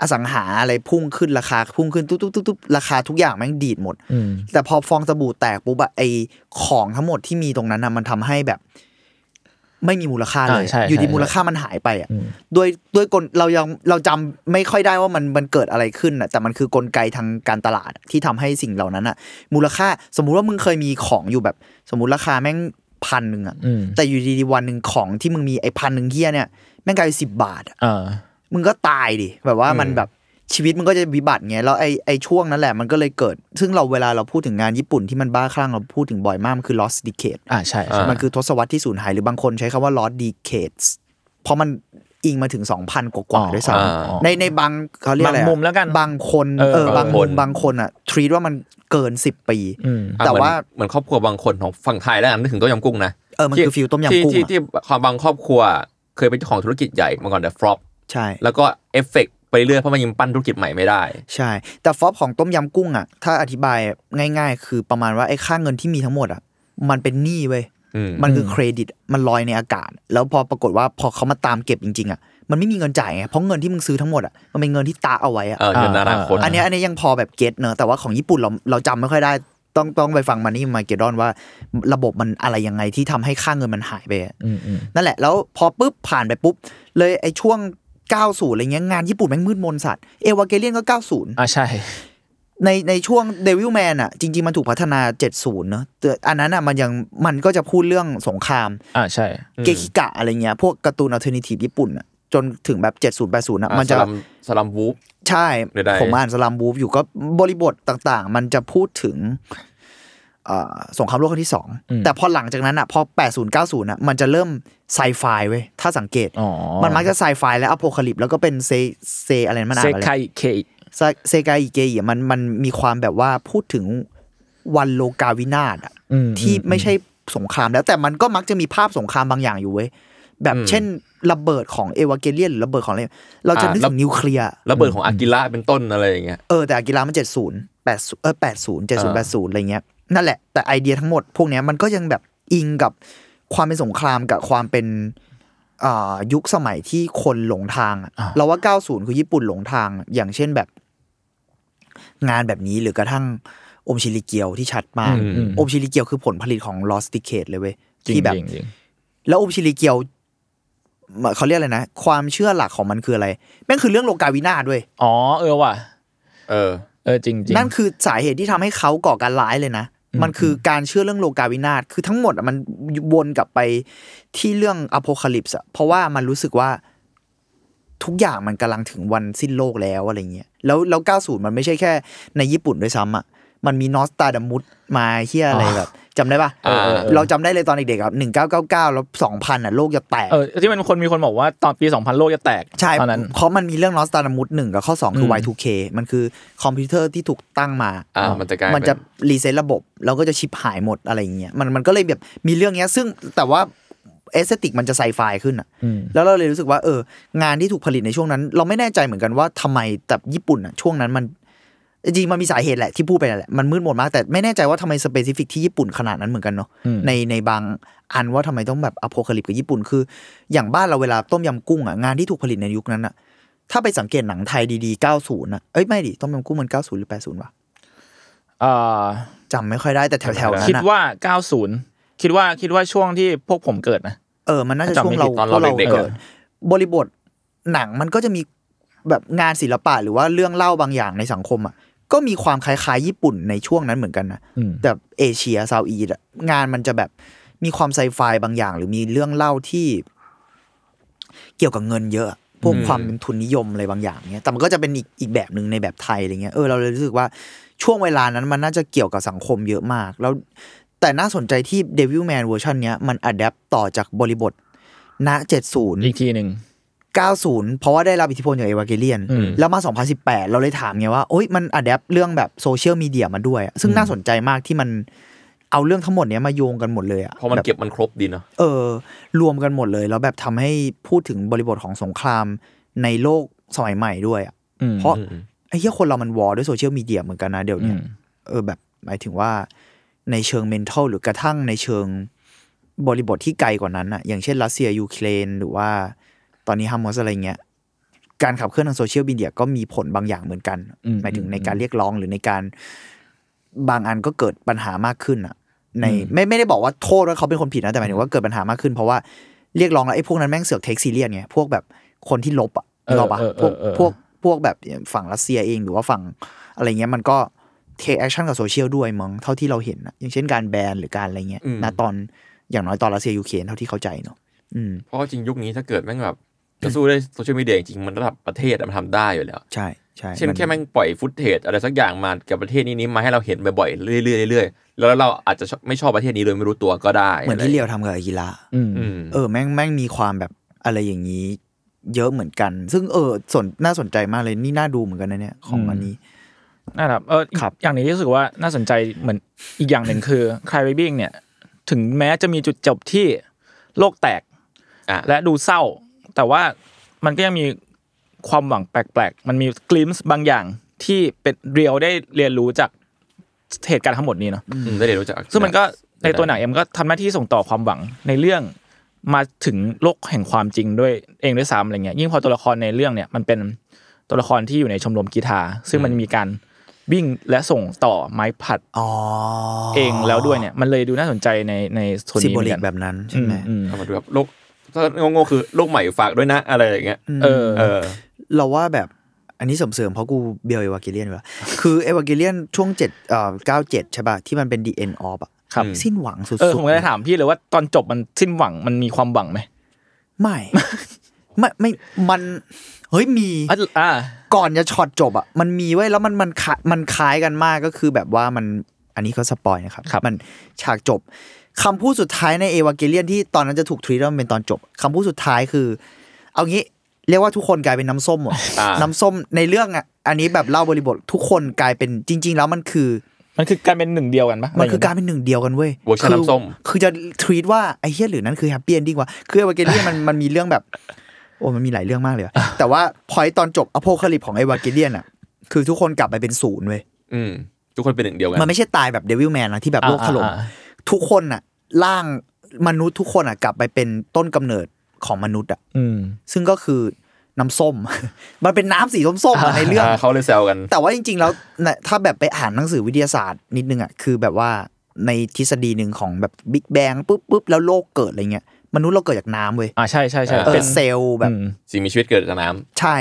E: อสังหาอะไรพุ่งขึ้นราคาพุ่งขึ้นตุ๊บตุ๊บตุ๊บตุ๊บราคาทุกอย่างแม่งดีดหมด
C: อืม
E: แต่พอฟองสบู่แตกปุ๊บอะไอของทั้งหมดที่มีตรงนั้นนะมันทำให้แบบ ไม่มีมูลค่าเลย
C: อ่าใช่
E: อยู่ดี
C: ใช่
E: มูลค่ามันหายไปอะ
C: อืม
E: ด้วยด้วยกลเรายังเราจำไม่ค่อยได้ว่ามันมันเกิดอะไรขึ้นอะแต่มันคือกลไกทางการตลาดที่ทำให้สิ่งเหล่านั้นอะมูลค่าสมมุติว่ามึงเคยมีของอยู่แบบ สมมุติราคาแม่งพันหนึ่งอะ
C: อืม
E: แต่อยู่ดีๆวันหนึ่งของที่มึงมีไอพันหนึ่งเฮียเนี่ยแม่งกลายเป็นสิบบาทอะ
C: เออ
E: มึงก็ตายดิแบบว่ามัน
D: อืม
E: แบบชีวิตมันก็จะวิบัติไงแล้วไอไอช่วงนั้นแหละมันก็เลยเกิด ซึ่งเราเวลาเราพูดถึงงานญี่ปุ่นที่มันบ้าคลั่งเราพูดถึงบ่อยมาก มันคือ lost decade
C: อ่าใช่ใช่
E: มันคือทศวรรษที่สูญหายหรือบางคนใช้คำว่า lost decades เพราะมันอิงมาถึง 2,000 กว่ากว่า
C: อ๋อ
E: ด้วยซ้
D: อ่า
E: ำในในบางเขาเรียกอะไรอะ
C: บางมุมแล้วกัน
E: บางคน
C: เออ
E: เออบางมุม
D: บางคน
E: บางคนอ่ะ treat ว่ามันเกิน 10 ปี
C: อืม
D: อ่ะ
E: แต่ว่า
D: เหมือนเหมือนครอบครัวบางคนของฝั่งไทยแล้วกันนึกถึงต้มยำกุ้งนะ
E: เออมันคือฟิลต้มยำ
D: ที่
E: กุ้ง
D: ที่
E: อะ
D: ที่ความบางครอบครัวเคยเป็นเจ้าของธุรกิจใหญ่มาก่อนแต่ฟลอป
E: ใช่
D: แล้วก็เอฟเฟกต์ไปเรื่อยเพราะมันยังปั้นธุรกิจใหม่ไม่ได้
E: ใช่ แต่ฟอปของต้มยำกุ้งอ่ะ ถ้าอธิบายง่าย ๆ คือประมาณว่าไอ้ค่าเงินที่มีทั้งหมดอ่ะ มันเป็นหนี้เว้ย
D: อืม
E: มันคือเครดิต มันลอยในอากาศ แล้วพอปรากฏว่าพอเขามาตามเก็บจริงๆอ่ะ มันไม่มีเงินจ่ายไง เพราะเงินที่มึงซื้อทั้งหมดอ่ะ มันเป็นเงินที่ตาเอาไว้อ่ะ
D: เออเงินอนาคต
E: อันเนี้ยอันเนี้ยยังพอแบบเก็ตเนอะแต่ว่าของญี่ปุ่นเราเราจำไม่ค่อยได้ ต้องต้องไปฟังมันนี่มาเกดอนว่า ระบบมันอะไรยังไงที่ทำให้ค่าเงินมันหายไปอะ
C: อืมอืม
E: นั่นแหละ แล้วพอปุ๊บผ่านไปปุ๊บ เลยไอ้ช่วง 90อะไรเงี้ยงานญี่ปุ่นแม่งมืดมนสัตว์เอวาเกเลียนก็ 90
C: อ่าใช่
E: ในในช่วงเดวิลแมนอ่ะจริง ๆ มันถูกพัฒนา 70 เนอะแต่อันนั้นอ่ะมันยังมันก็จะพูดเรื่องสงคราม
C: อ่าใช่
E: เกคิกะอะไรเงี้ย พวกการ์ตูนอัลเทอร์เนทีฟญี่ปุ่นอ่ะจนถึงแบบ 70 80อ่ะ
D: อ่ะ
E: มันจะ
D: สลัมสลัมวูฟ
E: ใช่
D: หรือใด
E: ผมอ่านสลามบูฟอยู่ก็บริบทต่างๆ มันจะพูดถึงเอ่อสงครามโลกครั้งที่สอง
C: อืม
E: แต่พอหลังจากนั้นอ่ะพอ 80 90อ่ะมันจะเริ่มไซไฟเว้ยถ้าสังเกต
C: อ๋อ
E: มันมักจะไซไฟและอโพคาลิปแล้วก็เป็นเซเซอะไรนะมันอ่า
C: เซ
E: นอะไร
C: คายเคอิ
E: ซาเซกาอิเกอิอะมันมันมีความแบบว่าพูดถึงวันโลกาวินาศอะ
C: อืม
E: ที่
C: อืม
E: ไม่ใช่สงครามแล้วแต่มันก็มักจะมีภาพสงครามบางอย่างอยู่เว้ยแบบเช่นระเบิดของเอวาเกเลียนหรือระเบิดของอะไรเราจะนึกถึงนิวเคลียร์
D: ระเบิดของอากิระเป็นต้นอะไรอย่างเงี้ย
E: เออแต่อากีฬามันเจ็ดศูนย์แปดเออแปดศูนย์เจ็ดศูนย์แปดศูนย์อะไรเงี้ยนั่นแหละแต่ไอเดียทั้งหมดพวกเนี้ยมันก็ยังแบบอิงกับความเป็นสงครามกับความเป็นอ่ายุคสมัยที่คนหลงทางอะเราว่า 90 คือญี่ปุ่นหลงทางอะอย่างเช่นแบบ งานแบบนี้หรือกระทั่งอมชิลิเกียวที่ชัดมาก
D: อืมอืม
E: อมชิลิเกียวคือผลผลิตของลอสติเคตเลยเว้ย
C: จริง
E: ที่แบบ
C: จริงจริง
E: แล้วอมชิลิเกียวเขาเรียกอะไรนะ ความเชื่อหลักของมันคืออะไรแม่งคือเรื่องโลกาวินาศด้วย
C: อ๋อเออว่ะ
D: เออ
C: เออจริงจริง
E: นั่นคือสาเหตุที่ทำให้เขาก่อการร้ายเลยนะ
C: อืม
E: มันคือการเชื่อเรื่องโลกาวินาศ คือทั้งหมดอะมันวนกลับไปที่เรื่องอโพคาลิปส์อะเพราะว่ามันรู้สึกว่าทุกอย่างมันกำลังถึงวันสิ้นโลกแล้วอะไรเงี้ย แล้วแล้ว 90 มันไม่ใช่แค่ในญี่ปุ่นด้วยซ้ำอะมันมีนอสตาดามุสมาเฮียอะไรแบบจำได้ปะ
D: เออเออเออ
E: เราจำได้เลยตอนเด็กๆครับหนึ่งเก้าเก้าเก้าแล้วสองพันอะโลกจะแตก
C: เออที่มันคนมีคนบอกว่าตอนปี 2000 โลกจะแตก
E: ใช่
C: ตอนนั้น
E: เพราะมันมีเรื่อง Lost a n a m u s หนึ่งกับข้อ 2 คือ
C: ม
E: Y2K มันคือคอมพิวเตอร์ที่ถูกตั้งมา
D: อ่ามันจะกลายเป็น
E: มันจะรีเซ็ตระบบ แล้วก็จะชิปหายหมดอะไรอย่างเงี้ยมันมันก็เลยแบบมีเรื่องเงี้ย ซึ่งแต่ว่า เอสติกมันจะไซไฟขึ้นอะ
C: อืม
E: แล้วเราเลยรู้สึกว่าเออ งานที่ถูกผลิตในช่วงนั้น เราไม่แน่ใจเหมือนกันว่าทำไมแต่ญี่ปุ่นอะช่วงนั้นมัน จริงๆมันมีสาเหตุแหละที่พูดไปนั่นแหละมันมืดมนมากแต่ไม่แน่ใจว่าทำไมสเปซิฟิกที่ญี่ปุ่นขนาดนั้นเหมือนกันเนาะ
C: อืม
E: ในในบางอันว่าทำไมต้องแบบอโพคาลิปกับญี่ปุ่นคือ อย่างบ้านเราเวลาต้มยำกุ้งอะงานที่ถูกผลิตในยุคนั้นอะถ้าไปสังเกตหนังไทยดีๆ 90นะเอ้ยไม่ดิต้มยำกุ้งมัน 90 หรือ 80วะ
C: เอ่อ
E: จำไม่ค่อยได้แต่แถวๆนั้น
C: คิด
E: อะ
C: ว่า 90 คิดว่าคิดว่าช่วงที่พวกผมเกิดนะ
E: เออมันน่าจะช่วง
C: จำไม่
E: เรา
C: ผิด
D: ตอน
E: พว
D: เรา
E: กเรา
D: เด็กๆอะ
E: เกิด บริบทหนังมันก็จะมีแบบงานศิลปะหรือว่าเรื่องเล่าบางอย่างในสังคมอะก็มีความคล้ายๆญี่ปุ่นในช่วงนั้นเหมือนกันนะ
C: อืม
E: แบบเอเชียซาอีอะงานมันจะแบบมีความไซไฟบางอย่าง หรือมีเรื่องเล่าที่ เกี่ยวกับเงินเยอะ พวก
D: อืม
E: ความเป็นทุนนิยมอะไรบางอย่างเนี้ยแต่มันก็จะเป็นอีกอีกแบบหนึ่งในแบบไทยอะไรเงี้ยเออเราเลยรู้สึกว่าช่วงเวลานั้นมันน่าจะเกี่ยวกับสังคมเยอะมาก แล้วแต่น่าสนใจที่ Devil Man เวอร์ชันเนี้ยมันอัดแอปต่อจากบริบทณ70
C: อีกทีหนึ่ง
E: 90 เพราะว่าได้รับอิทธิพลจากเอวาเกเลียน
C: อืม
E: แล้วมา 2018 เราเลยถามไงว่าโอ๊ยมันอัดแอปเรื่องแบบโซเชียลมีเดียมาด้วยอะซึ่งน่าสนใจมากที่มันเอาเรื่องทั้งหมดเนี้ยมาโยงกันหมดเลยอะ
D: เพราะมัน
E: แบบ
D: เก็บมันครบดีเนาะ
E: เออ รวมกันหมดเลย แล้วแบบทำให้พูดถึงบริบทของสงครามในโลกสมัยใหม่ด้วยอะ
C: อืม
E: เพราะไอ้เหี้ยคนเรามันวอร์ด้วยโซเชียลมีเดียเหมือนกันนะเดี๋ยว
C: อื
E: เนี้ย
C: ม
E: เออแบบหมายถึงว่าในเชิง mental หรือกระทั่งในเชิงบริบทที่ไกลกว่านั้นอะอย่างเช่นรัสเซียยูเครนหรือว่าตอนนี้ฮามอสอะไรเงี้ยการขับเคลื่อนทางโซเชียลมีเดียก็มีผลบางอย่างเหมือนกัน
C: อืม
E: หมายถึง
C: อืม
E: ในการเรียกร้องหรือในการบางอันก็เกิดปัญหามากขึ้นอะใน
C: อืม
E: ไม่ไม่ได้บอกว่าโทษว่าเขาเป็นคนผิดนะแต่หมายถึงว่าเกิดปัญหามากขึ้นเพราะว่าเรียกร้องแล้วไอ้พวกนั้นแม่งเสือกเทคซีเรียสไงพวกแบบคนที่ลบอะนึกออกปะ
C: เออเอ
E: พว
C: อกเออ
E: พวก พวกแบบฝั่งรัสเซียเองหรือว่าฝั่งอะไรเงี้ยมันก็เทคแอคชั่นกับโซเชียลด้วยมั้งเท่าที่เราเห็นนะอย่างเช่นการแบนหรือการอะไรเงี้ยนะตอนอย่างน้อยตอนรัสเซียยูเครนเท่าที่เข้าใจเนาะอืม
D: เพราะจริงยุคนี้ถ้าเกิดแม่งแบบจะสู้ด้วยโซเชียลมีเดียจริงๆมันระดับประเทศอะมันทำได้อยู่แล้ว
E: ใช่ใช่
D: เช่นแค่แม่งปล่อยฟุตเทจอะไรสักอย่างมากับประเทศนี้นี้มาให้เราเห็นบ่อยๆเรื่อยๆเรื่อยๆแล้วเราอาจจะชอบไม่ชอบประเทศนี้โดยไม่รู้ตัวก็ได้
E: เหมือนที่เรียวทำกับอากิระ
C: อืม
D: อืม
E: เออแม่งแม่งมีความแบบอะไรอย่างนี้ เยอะเหมือนกัน ซึ่งเออสนน่าสนใจมากเลยนี่น่าดูเหมือนกันนะเนี่ยของ
C: อืม
E: อันนี้
C: นะครับเอออีก
E: ครับ
C: อย่างหนี้ที่รู้สึกว่าน่าสนใจเหมือนอีกอย่างหนึ่งคือ Cry Baby เนี่ย ถึงแม้จะมีจุดจบที่โลกแตก
D: อ่ะ
C: และดูเศร้า แต่ว่ามันก็ยังมีความหวังแปลกๆ มันมีกลิมส์บางอย่างที่เป็นเรียวได้เรียนรู้จากเหตุการณ์ทั้งหมดนี้เนาะ
D: อืมได้เรียนรู้จัก
C: ซึ่งมันก็ในตัวหนังเอ็มนก็ทำหน้าที่ส่งต่อความหวังในเรื่องมาถึงโลกแห่งความจริงด้วยเองด้วยซ้ำอะไรเงี้ยยิ่งพอตัวละครในเรื่องเนี่ยมันเป็นตัวละครที่อยู่ในชมรมกีฬาซึ่งมันมีการวิ่งและส่งต่อไม้ผัด
E: อ๋อ
C: เองแล้วด้วยเนี่ยมันเลยดูน่าสนใจในในโซน
E: ซิม
C: นี้
E: โบ
C: เหมือ
E: ลิ
C: นกั
E: ก
C: น
E: แบบนั้น
C: อื
E: ใช่ไหม
C: มอืม
D: เอามาดูครับโลกถ้างงๆคือโลกใหม่ฝากด้วยนะอะไรอย่างเงี้ย
C: เออ
D: เออ
E: เราว่าแบบอันนี้เสริมเสริมๆเพราะกูเบลเอวากิเลียนว่ะ คือเอวากิเลียนช่วงเจ็ดเอ่อเก้าเจ็ดใช่ป่ะ ที่มันเป็น The End of อ่ะ
C: ครับ
E: สิ้นหวังสุดๆ
C: เออผมก็เลยถามพี่เลยว่าตอนจบมันสิ้นหวังมันมีความหวังไหม
E: ไม่ ไม่ไม่มัน เฮ้ยมี
C: อ่ะอ่า
E: ก่อนจะช็อตจบอ่ะ มันมีไว้ยแล้วมันมันคล้ายมันคล้ายกันมากก็คือแบบว่ามันอันนี้เขาสปอยนะครับ
C: ครับ
E: มันฉากจบคำพูดสุดท้ายในเอวากิเลียนที่ตอนนั้นจะถูกทรีตว่ามันเป็นตอนจบคำพูดสุดท้ายคือ เอางี้เรียกว่าทุกคนกลายเป็นน้ำส้มหมด
D: อ่า
E: น้ำส้มในเรื่องอ่ะ อันนี้แบบเล่าบริบททุกคนกลายเป็นจริง ๆ แล้วมันคือ
C: มันคือการเป็นหนึ่งเดียวกันปะ
E: มันคือการเป็นหนึ่งเดียวกันเว้ย
D: เวอร์ชัน
E: คื
D: น้ำส้ม
E: คือจะทวีตว่าไอ้เฮียหรือนั่นคือแฮปปี้เอนดิ้งวะคือเอวาเกเลียนมันมันมีเรื่องแบบ โอ้มันมีหลายเรื่องมากเลยอะแต่ว่าพอยตอนจบอโพคาลิปของเอวาเกเลียนอ่ะ คือทุกคนกลับไปเป็นศูนย์เว้ย
D: อืมทุกคนเป็นหนึ่งเดียวกัน
E: มันไม่ใช่ตายแบบเดวิลแมนนะที่แบบโลกถล่ม
C: อ่าอ่า
E: ทุกคนอ่ะร่างมนุษย์ทุกคนอ่ะกลับไปเป็นต้นกำเนิดของมนุษย์อ่ะ
C: อืม
E: ซึ่งก็คือน้ำส้ม มันเป็นน้ำสีส้มๆอะในเรื่อง
D: าเขาเลยแซวกัน
E: แต่ว่าจริง ๆ แล้วน่ะถ้าแบบไปอ่านหนังสือวิทยาศาสตร์นิดนึงอ่ะคือแบบว่าในทฤษฎีหนึ่งของแบบบิ๊กแบงปุ๊บปุ๊บแล้วโลกเกิดอะไรเงี้ยมนุษย์เราเกิดจากน้ำเว้ย
C: อ่าใช่ใช่ใช่
D: เออ
E: เป็
C: เป็น
E: นเซลล์แบบ
C: อืม
D: สิ่งมีชีวิตเกิดจากน้
E: ใช่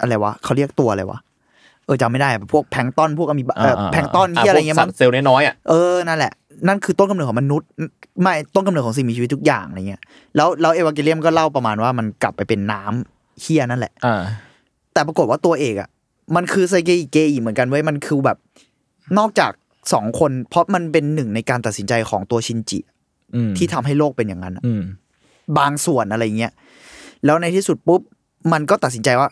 E: อะไรวะเขาเรียกตัวอะไรวะเออจำไม่ได้อะพวกแพลงก์ตอนพวกอะมีบาเอ่อ
C: อ่าๆๆ
E: แพลงก์ตอน
D: ำอ่า
E: ที่อะไร
D: พวก
E: เงี้ย
D: สั
E: มัน
D: ตว์เซลล์น้อยๆอ่ะ
E: เออนั่นแหละ นั่นคือต้นกำเนิดของมนุษย์ ไม่ต้นกำเนิดของสิ่งมีชีวิตทุกอย่างอะไรเงี้ยแล้วแล้วเอวาเกเลียมก็เล่าประมาณว่ามันกลับไปเป็นน้ำเฮียนั่นแหละ
C: อ่า
E: แต่ปรากฏว่าตัวเอกอ่ะ มันคือไซเกอิเกอีเหมือนกันเว้ยมันคือแบบ นอกจากสองคน เพราะมันเป็นหนึ่งในการตัดสินใจของตัวชินจิ
C: อืม
E: ที่ทำให้โลกเป็นอย่างนั้นอะ
C: อืม
E: บางส่วนอะไรเงี้ยแล้วในที่สุดปุ๊บ มันก็ตัดสินใจว่า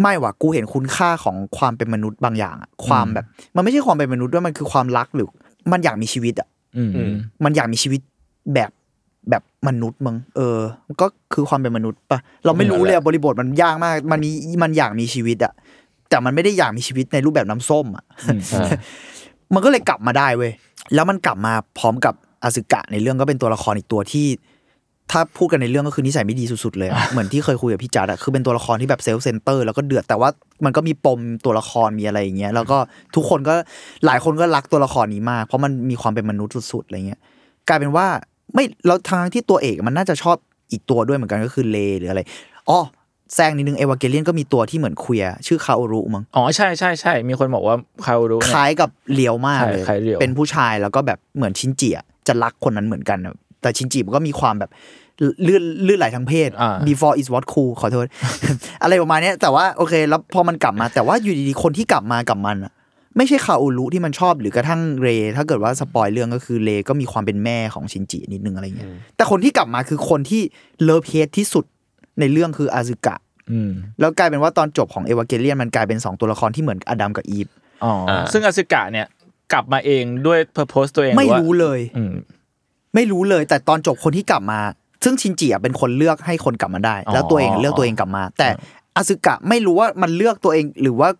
E: ไม่ว่ะกูเห็นคุณค่าของความเป็นมนุษย์บางอย่างอะความแบบ มันไม่ใช่ความเป็นมนุษย์ด้วยมันคือความรักหรือ มันอยากมีชีวิตอ่ะ
C: อืม
E: มันอยากมีชีวิตแบบ แบบมนุษย์มึงเออมันก็คือความเป็นมนุษย์ปะเราไม่รู้เลยอะบริบทมันยากมาก มันมีมันอยากมีชีวิตอะแต่มันไม่ได้อยากมีชีวิตในรูปแบบน้ำส้มอะ มันก็เลยกลับมาได้เว้ย แล้วมันกลับมาพร้อมกับอาสึกะในเรื่องก็เป็นตัวละครอีกตัวที่ ถ้าพูดกันในเรื่องก็คือนิสัยไม่ดีสุดๆเลยอะ เหมือนที่เคยคุยกับพี่จัดอะคือเป็นตัวละครที่แบบเซลฟ์เซนเตอร์แล้วก็เดือดแต่ว่ามันก็มีปมตัวละครมีอะไรอย่างเงี้ยแล้วก็ทุกคนก็หลายคนก็รักตัวละครนี้มาก เพราะมันมีความเป็นมนุษย์สุดๆอะไรเงี้ยกลายเป็นว่าไม่แล้วทางที่ตัวเอกมันน่าจะชอบอีกตัวด้วยเหมือนกันก็คือเลหรืออะไรอ๋อแซงนิดนึงเอวาเกเลียนก็มีตัวที่เหมือนเคลียร์ชื่อคาโอรุมั้ง
C: อ๋อใช่ใช่ใช่มีคนบอกว่าคาโอรุ
E: ค
C: เนี่ย
E: ล้ายกับเลียวมากเลย
C: ใช่คล้ายเลียว
E: เป็นผู้ชายแล้วก็แบบเหมือนชินจิอะจะรักคนนั้นเหมือนกันอะแต่ชินจิมันก็มีความแบบเลื่อนเลื่อนไหลทางเพศ
C: อ่า
E: before is what cool ขอโทษ อะไรประมาณเนี้ยแต่ว่าโอเค แล้วพอมันกลับมา แต่ว่าอยู่ดีๆ คนที่กลับมากับมันอะไม่ใช่คาโอรุที่มันชอบหรือกระทั่งเร ถ้าเกิดว่าสปอยเรื่องก็คือเรก็มีความเป็นแม่ของชินจินิดนึงอะไรเงี้ยแต่คนที่กลับมาคือคนที่เลิฟเฮทที่สุดในเรื่องคืออาซึกะ
C: อืม
E: แล้วกลายเป็นว่าตอนจบของเอวาเกเลียนมันกลายเป็นสองตัวละครที่เหมือนอดัมกับอีฟ
C: อ๋ออา ซึ่งอาสึกะเนี่ยกลับมาเองด้วยเพอร์โพสตัวเอง
E: ไม่
C: หอว่า
E: รู้เลย
C: อืม
E: ไม่รู้เลยแต่ตอนจบคนที่กลับมา ซึ่งชินจิอะเป็นคนเลือกให้คนกลับมาได้
C: อ๋อ
E: แล้วตัวเองเลือกตัวเองกลับมา แต่อาซึกะไม่รู้ว่ามันเลือกตัวเองหรือว่า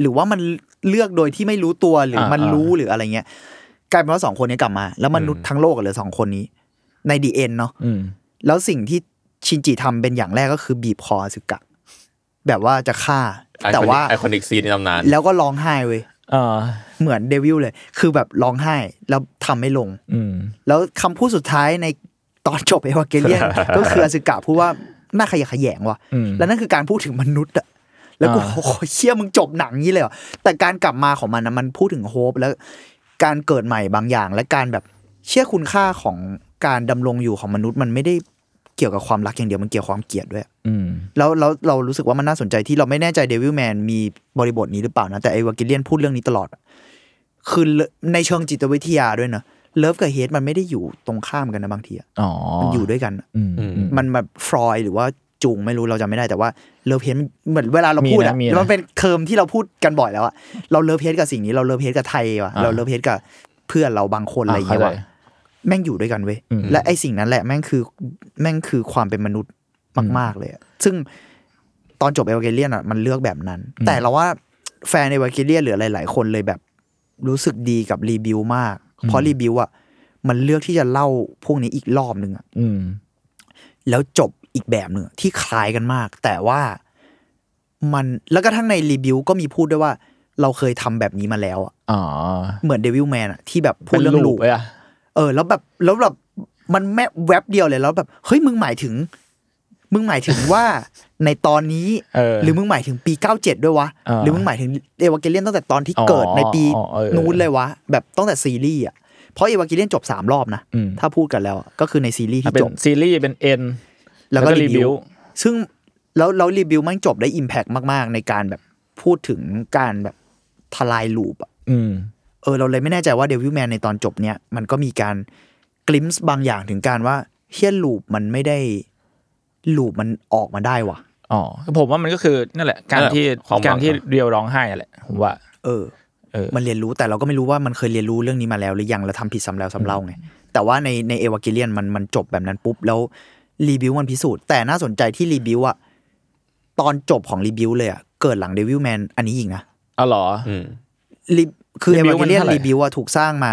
E: หรือว่ามันเลือกโดยที่ไม่รู้ตัวหรืออา มันรู้หรืออะไรเงี้ยกลายเป็นว่าสองคนนี้กลับมา แล้วมนุษย์ทั้งโลกเหลือสองคนนี้ ในดีเอ็นเนาะ
C: อืม
E: แล้วสิ่งที่ชินจิทำเป็นอย่างแรกก็คือบีบคออาซึกะ แบบว่าจะฆ่า แต่ว่า
D: ไอคอนิกซีในตำนาน
E: แล้วก็ร้องไห้เว้ย
C: เออ
E: เหมือนเดวิลเลย คือแบบร้องไห้แล้วทำไม่ลง
C: อืม
E: แล้วคำพูดสุดท้ายในตอนจบเอวาเกเลียน ก็คืออาซึกะพูดว่าน่าขยะแขยงว่ะ
C: อืม
E: แล้วนั่นคือการพูดถึงมนุษย์อะแล้วกู
C: อ่า
E: โอ้โหเชี่ยมึงจบหนังนี้เลยเหรอแต่การกลับมาของมันนะมันพูดถึงโฮปแล้วการเกิดใหม่บางอย่าง และการแบบเชื่อคุณค่าของการดำรงอยู่ของมนุษย์มันไม่ได้เกี่ยวกับความรักอย่างเดียวมันเกี่ยวกับความเกลียดด้วย
C: อืม
E: แล้วเราเรารู้สึกว่ามันน่าสนใจที่เราไม่แน่ใจเดวิลแมนมีบริบทนี้หรือเปล่านะ แต่ไอวากิเลียนพูดเรื่องนี้ตลอด คือในเชิงจิตวิทยาด้วยนะเลิฟกับเฮดมันไม่ได้อยู่ตรงข้ามกันนะบางทีอะ
C: อ๋อ
E: มันอยู่ด้วยกันอะ
C: อืม
E: มันแบบฟรอยหรือว่าจูงไม่รู้เราจำไม่ได้แต่ว่าเลิฟเฮดเหมือนเวลาเราพูดอะ
C: มีนะมีนะ
E: มันเป็นเทอมที่เราพูดกันบ่อยแล้วอะเราเลิฟเฮดกับสิ่งนี้เราเลิฟเฮดกับไทยว่ะ
C: อ่า
E: เราเลิฟเฮดกับเพื่อนเราบางคนอะไรอย่างเงี้ย
C: ข้
E: ว่ะ
C: ใจ
E: แม่งอยู่ด้วยกันเว้ย
C: อืม
E: และไอสิ่งนั้นแหละแม่งคือแม่งคือความเป็นมนุษย์มาก ๆ เลยอะซึ่งตอนจบเอวาเกเลียนอ่ะมันเลือกแบบนั้น แต่เราว่าแฟนเอวาเกเลียนหรือหลาย ๆ คนเลยแบบรู้สึกดีกับรีบิวมาก เพราะรีบิวอ่ะมันเลือกที่จะเล่าพวกนี้อีกรอบหนึ่งอะ
C: อืม
E: แล้วจบอีกแบบหนึ่งอะที่คล้ายกันมาก แต่ว่ามันแล้วก็ทั้งในรีบิวก็มีพูดด้วยว่า เราเคยทำแบบนี้มาแล้วอะ
C: อ๋อ
E: เหมือนเดวิลแมนอ่ะที่แบบพูดเรื่อง
C: ป็น
E: ลู
C: ลู
E: ก
C: ปไว้อะ
E: เออแล้วแบบแล้วแบบมันแมบแวบเดียวเลยแล้วแบบเฮ้ยมึงหมายถึง มึงหมายถึงว่า ในตอนนี้
C: เออ
E: หรือมึงหมายถึงปี 97 ด้วยวะ
C: เออ
E: หรือมึงหมายถึงเอวาเกเลียนตั้งแต่ตอนที่
C: อ๋อ
E: เกิดในปี
C: อ๋อเออ
E: นู้นเลยวะ แบบตั้งแต่ซีรีส์อ่ะเพราะเอวาเกเลียนจบ 3 รอบนะ
C: อืม
E: ถ้าพูดกันแล้วอะก็คือในซีรีส์
C: อ่ะ
E: ที่
C: เป็น
E: จบ
C: ซีรีส์เป็นเอ็น
E: แล้วก็
C: แล้วก็
E: รี
C: รี
E: วิว
C: วิว
E: ซึ่งแล้วแล้วรีวิวมันจบได้อิมแพกมากๆ ในการแบบพูดถึงการแบบทลายลูปอะ
C: อืม
E: เออเราเลยไม่แน่ใจว่าเดวิลแมนในตอนจบเนี่ยมันก็มีการกลิมส์บางอย่างถึงการว่าเฮียลูปมันไม่ได้ลูปมันออกมาได้ว่ะ
C: อ๋อคือผมว่ามันก็คือนั่นแหละ การ
D: นั่นแหละ
C: ที่
D: ความหวัง
C: การที่เรียวร้องไห้อะแหละผมว่า
E: เออ
C: เออ
E: มันเรียนรู้แต่เราก็ไม่รู้ว่ามันเคยเรียนรู้เรื่องนี้มาแล้วหรือยังแล้วทำผิดซ้ำแล้วซ้ำเล่าไง แต่ว่าในในเอวากิเลียนมันมันจบแบบนั้นปุ๊บ แล้วรีบิวมันพิสูจน์แต่น่าสนใจที่รีบิวอะตอนจบของรีบิวเลยอะเกิดหลังเดวิลแมนอันนี้อีกนะ
C: เอาเหรอ
D: อืม
E: รีคือเอ
C: Rebuild
E: วา
C: มั
E: เก
C: น
E: เลียน
C: เท่าไหร่
E: รีบิวอะถูกสร้างมา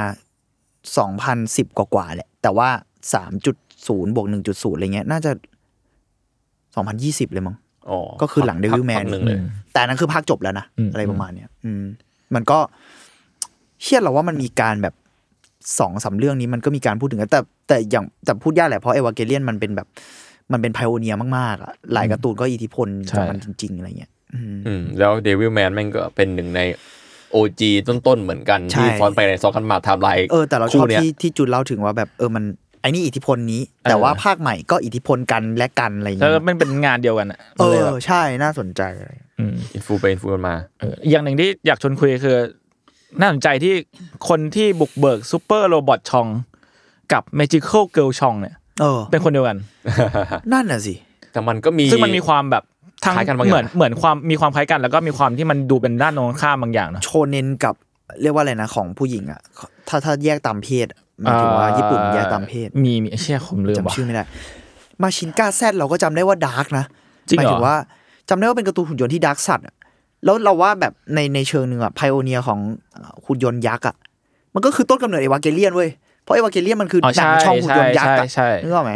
E: 2010 กว่ากว่าๆแหละ แต่ว่า 3.0 บวก 1.0 อะไรเงี้ย น่าจะ 2020 เลยมั้ง
D: อ๋อ
E: ก็คือหลัง Devil Man
D: พักหนึ่งเลย
E: แต่อันนั้นคือภาคจบแล้วนะ
C: อืม
E: อะไรประมาณเนี้ยอืม มันก็เชื่อเราว่ามันมีการแบบสองสามเรื่องนี้มันก็มีการพูดถึงกันแต่แต่อย่างแต่พูดยากแหละเพราะเอวาเกเลียนมันเป็นแบบ มันเป็นไพโอเนียมากๆอะหลายการ์ตูนก็อิทธิพลจากมันจริง ๆ อะไรเงี้ย อืม
D: อืมแล้วเดวิลแมนแม่งก็เป็นหนึ่งในโอจีต้นๆ เหมือนกัน
E: ใช่
D: ที่ซ้อนไปในซ้อนกันมาไทำลาย
E: เออแต่เราช
D: คู่
E: อบ
D: เนี้ย
E: ที่ที่จุนเล่าถึงว่าแบบเออมันไอ้นี่อิทธิพลนี้ แต่ว่าภาคใหม่ก็อิทธิพลกันและกันอะไรอย่าง
C: แล้ว
E: เงี้ย
C: มันเป็นงานเดียวกันอะ
E: เอ
C: มันเลยแบ
E: อบ ใช่น่าสนใจ
C: ม
D: อินฟูไปอินฟูกันมา
C: เอออย่างหนึ่งที่อยากชวนคุยคือ น่าสนใจที่คนที่บุกเบิกซูเปอร์โรบอทชอง กับเมจิ c a l เกิ l ชองเนี่ย
E: เออ
C: เป็นคนเดียวกัน
E: นั่นน่ะสิ
D: แต่มันก็มี
C: ซึ่งมันมีความแบบทั้ง
D: คล้ายกันบางอย่าง
C: เหมือนเหมือนความมีความคล้ายกันแล้วก็มีความที่มันดูเป็นด้านตรงข้ามบางอย่างเนอะ
E: โชเนนกับเรียกว่าอะไรนะของผู้หญิงอะถ้าถ้าแยกตามเพศ หมายถึงว่าญี่ปุ่นแยกตามเพศ
C: มีมีเชี่ยผมลืม
E: จำ
C: ว่ะ
E: ชื่อไม่ได้ มาชินก้าแซดเราก็จำได้ว่าดาร์กนะ
C: จริง
E: ห
C: เหรอ
E: มายถึงว่าจำได้ว่าเป็นการ์ตูนหุ่นยนต์ที่ดาร์กสัตว์แล้วเราว่าแบบในในเชิงหนึ่งอะไพโอเนียของหุ่นยนต์ยักษ์อะมันก็คือต้นกำเนิดเอวาเกเลียนเว้ยเพราะเอวาเกเลียนมันคืออหนังช่องหุ่นยนต์ยักษ์
C: ใช่
E: อะ
C: ใช่
E: นึ
C: ใช่
E: กออกไหม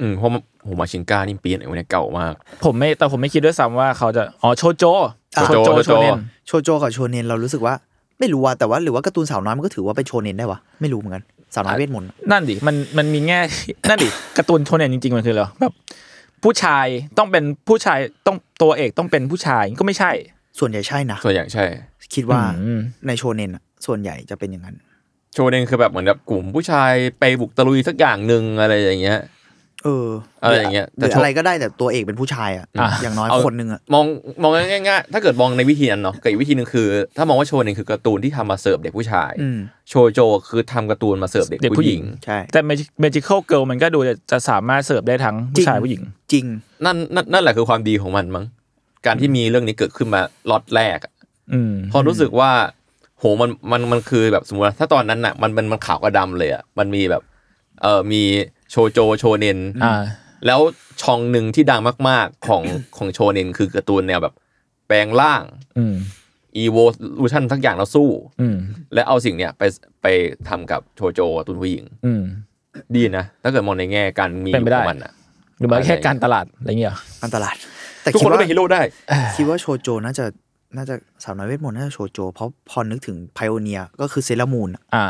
D: อืมผมผมมาชินก้านี่ปีไหนวะเนี่ยเก่ามาก
C: ผมไม่แต่ผมไม่คิดด้วยซ้ำว่าเขาจะอ๋อโชโจ
E: อ่ะ
C: โชโจ
D: โชโจ
C: โชเนน
E: โชโจกับโชเนนเรารู้สึกว่าไม่รู้ว่าแต่ว่าหรือว่าการ์ตูนสาวน้อยมันก็ถือว่าเป็นโชเนนได้วะไม่รู้เหมือนกันสาวน้อยเวทมนต์
C: นั่นดิมันมันมีแง่ นั่นดิการ์ตูนโชเนนจริงๆมันคืออะไรวะแบบผู้ชายต้องเป็นผู้ชายต้องตัวเอกต้องเป็นผู้ชายก็ไม่ใช่
E: ส่วนใหญ่ใช่นะ
D: ส่วนใหญ่ใช่
E: คิดว่า
C: อืม
E: ในโชเนนอะส่วนใหญ่จะเป็นอย่างนั้น
D: โชเนนคือแบบเหมือนแบบกลุ่มผู้ชายไปบุกตะลุยสักอย่างหนึ่งอะไรอย่างเงี้ย
E: เออ
D: อะไรอย่างเงี้ย
E: ห
D: แต่
E: รือ
D: โช
E: อะไรก็ได้แต่ตัวเอกเป็นผู้ชายอะ
C: อ่ะ
E: อย่างน้อย
D: เา
E: คนหนึ่งอะ
D: มองมองง่ายๆถ้าเกิดมองในวิธีนั้นเนาะกับอีกวิธีหนึ่งคือ ถ้ามองว่าโชเนนคือการ์ตูนที่ทำมาเสิร์ฟเด็กผู้ชาย
E: อืม
D: โชโจคือทำการ์ตูนมาเสิร์ฟเด็ก
C: เด็กผู้
D: ผู้ห
C: หญิ
D: ญิง
C: ง
E: ใช่
C: แต่เมจิค a l เกิลมันก็ดูจะจะสามารถเสิร์ฟได้ทั้งผู้ชายผู้หญิง
E: จริง
D: นั่นนั่นนั่นแหละคือความดีของมันมั้งการที่มีเรื่องนี้เกิดขึ้นมาล็อตแรกอะ
C: อืม
D: เพอรู้สึกว่าโหมันมันมันคือแบบสมมติว่าถ้าตอนนั้นน่ะมันมันมันขาวกับดำเลยอ่ะมันมีแบบเออมีโชโจโชเนน
C: อ่า
D: แล้วช่องหนึ่งที่ดังมากๆของของโชเนนคือการ์ตูนแนวแบบ แปลงร่าง
C: อืม
D: อีโวลูชันทั้งอย่างแล้วสู้
C: อืม
D: และเอาสิ่งเนี้ยไปไปทำกับโชโจการ์ตุนผู้หญิง
C: อืม
D: ดีนะ ถ้าเกิดมองในแง่การมี
C: เป็นไปได้
D: ของมันอ่ะ
C: หรือว่าแค่
D: อะไร
C: การตลาดอะไรเงี้ยเหรอ
E: อันตรายแต่
D: ทุก
E: คิด
D: คนก็
E: ว่า
D: เป็นฮีโร่ได้
E: คิดว่าโชโจน่าจะน่าจะสาวน้อยเวทมนต์น่าจะโชโจ เพราะพอนึกถึงไพโอเนียก็คือเซรามูนอะ
C: อ่า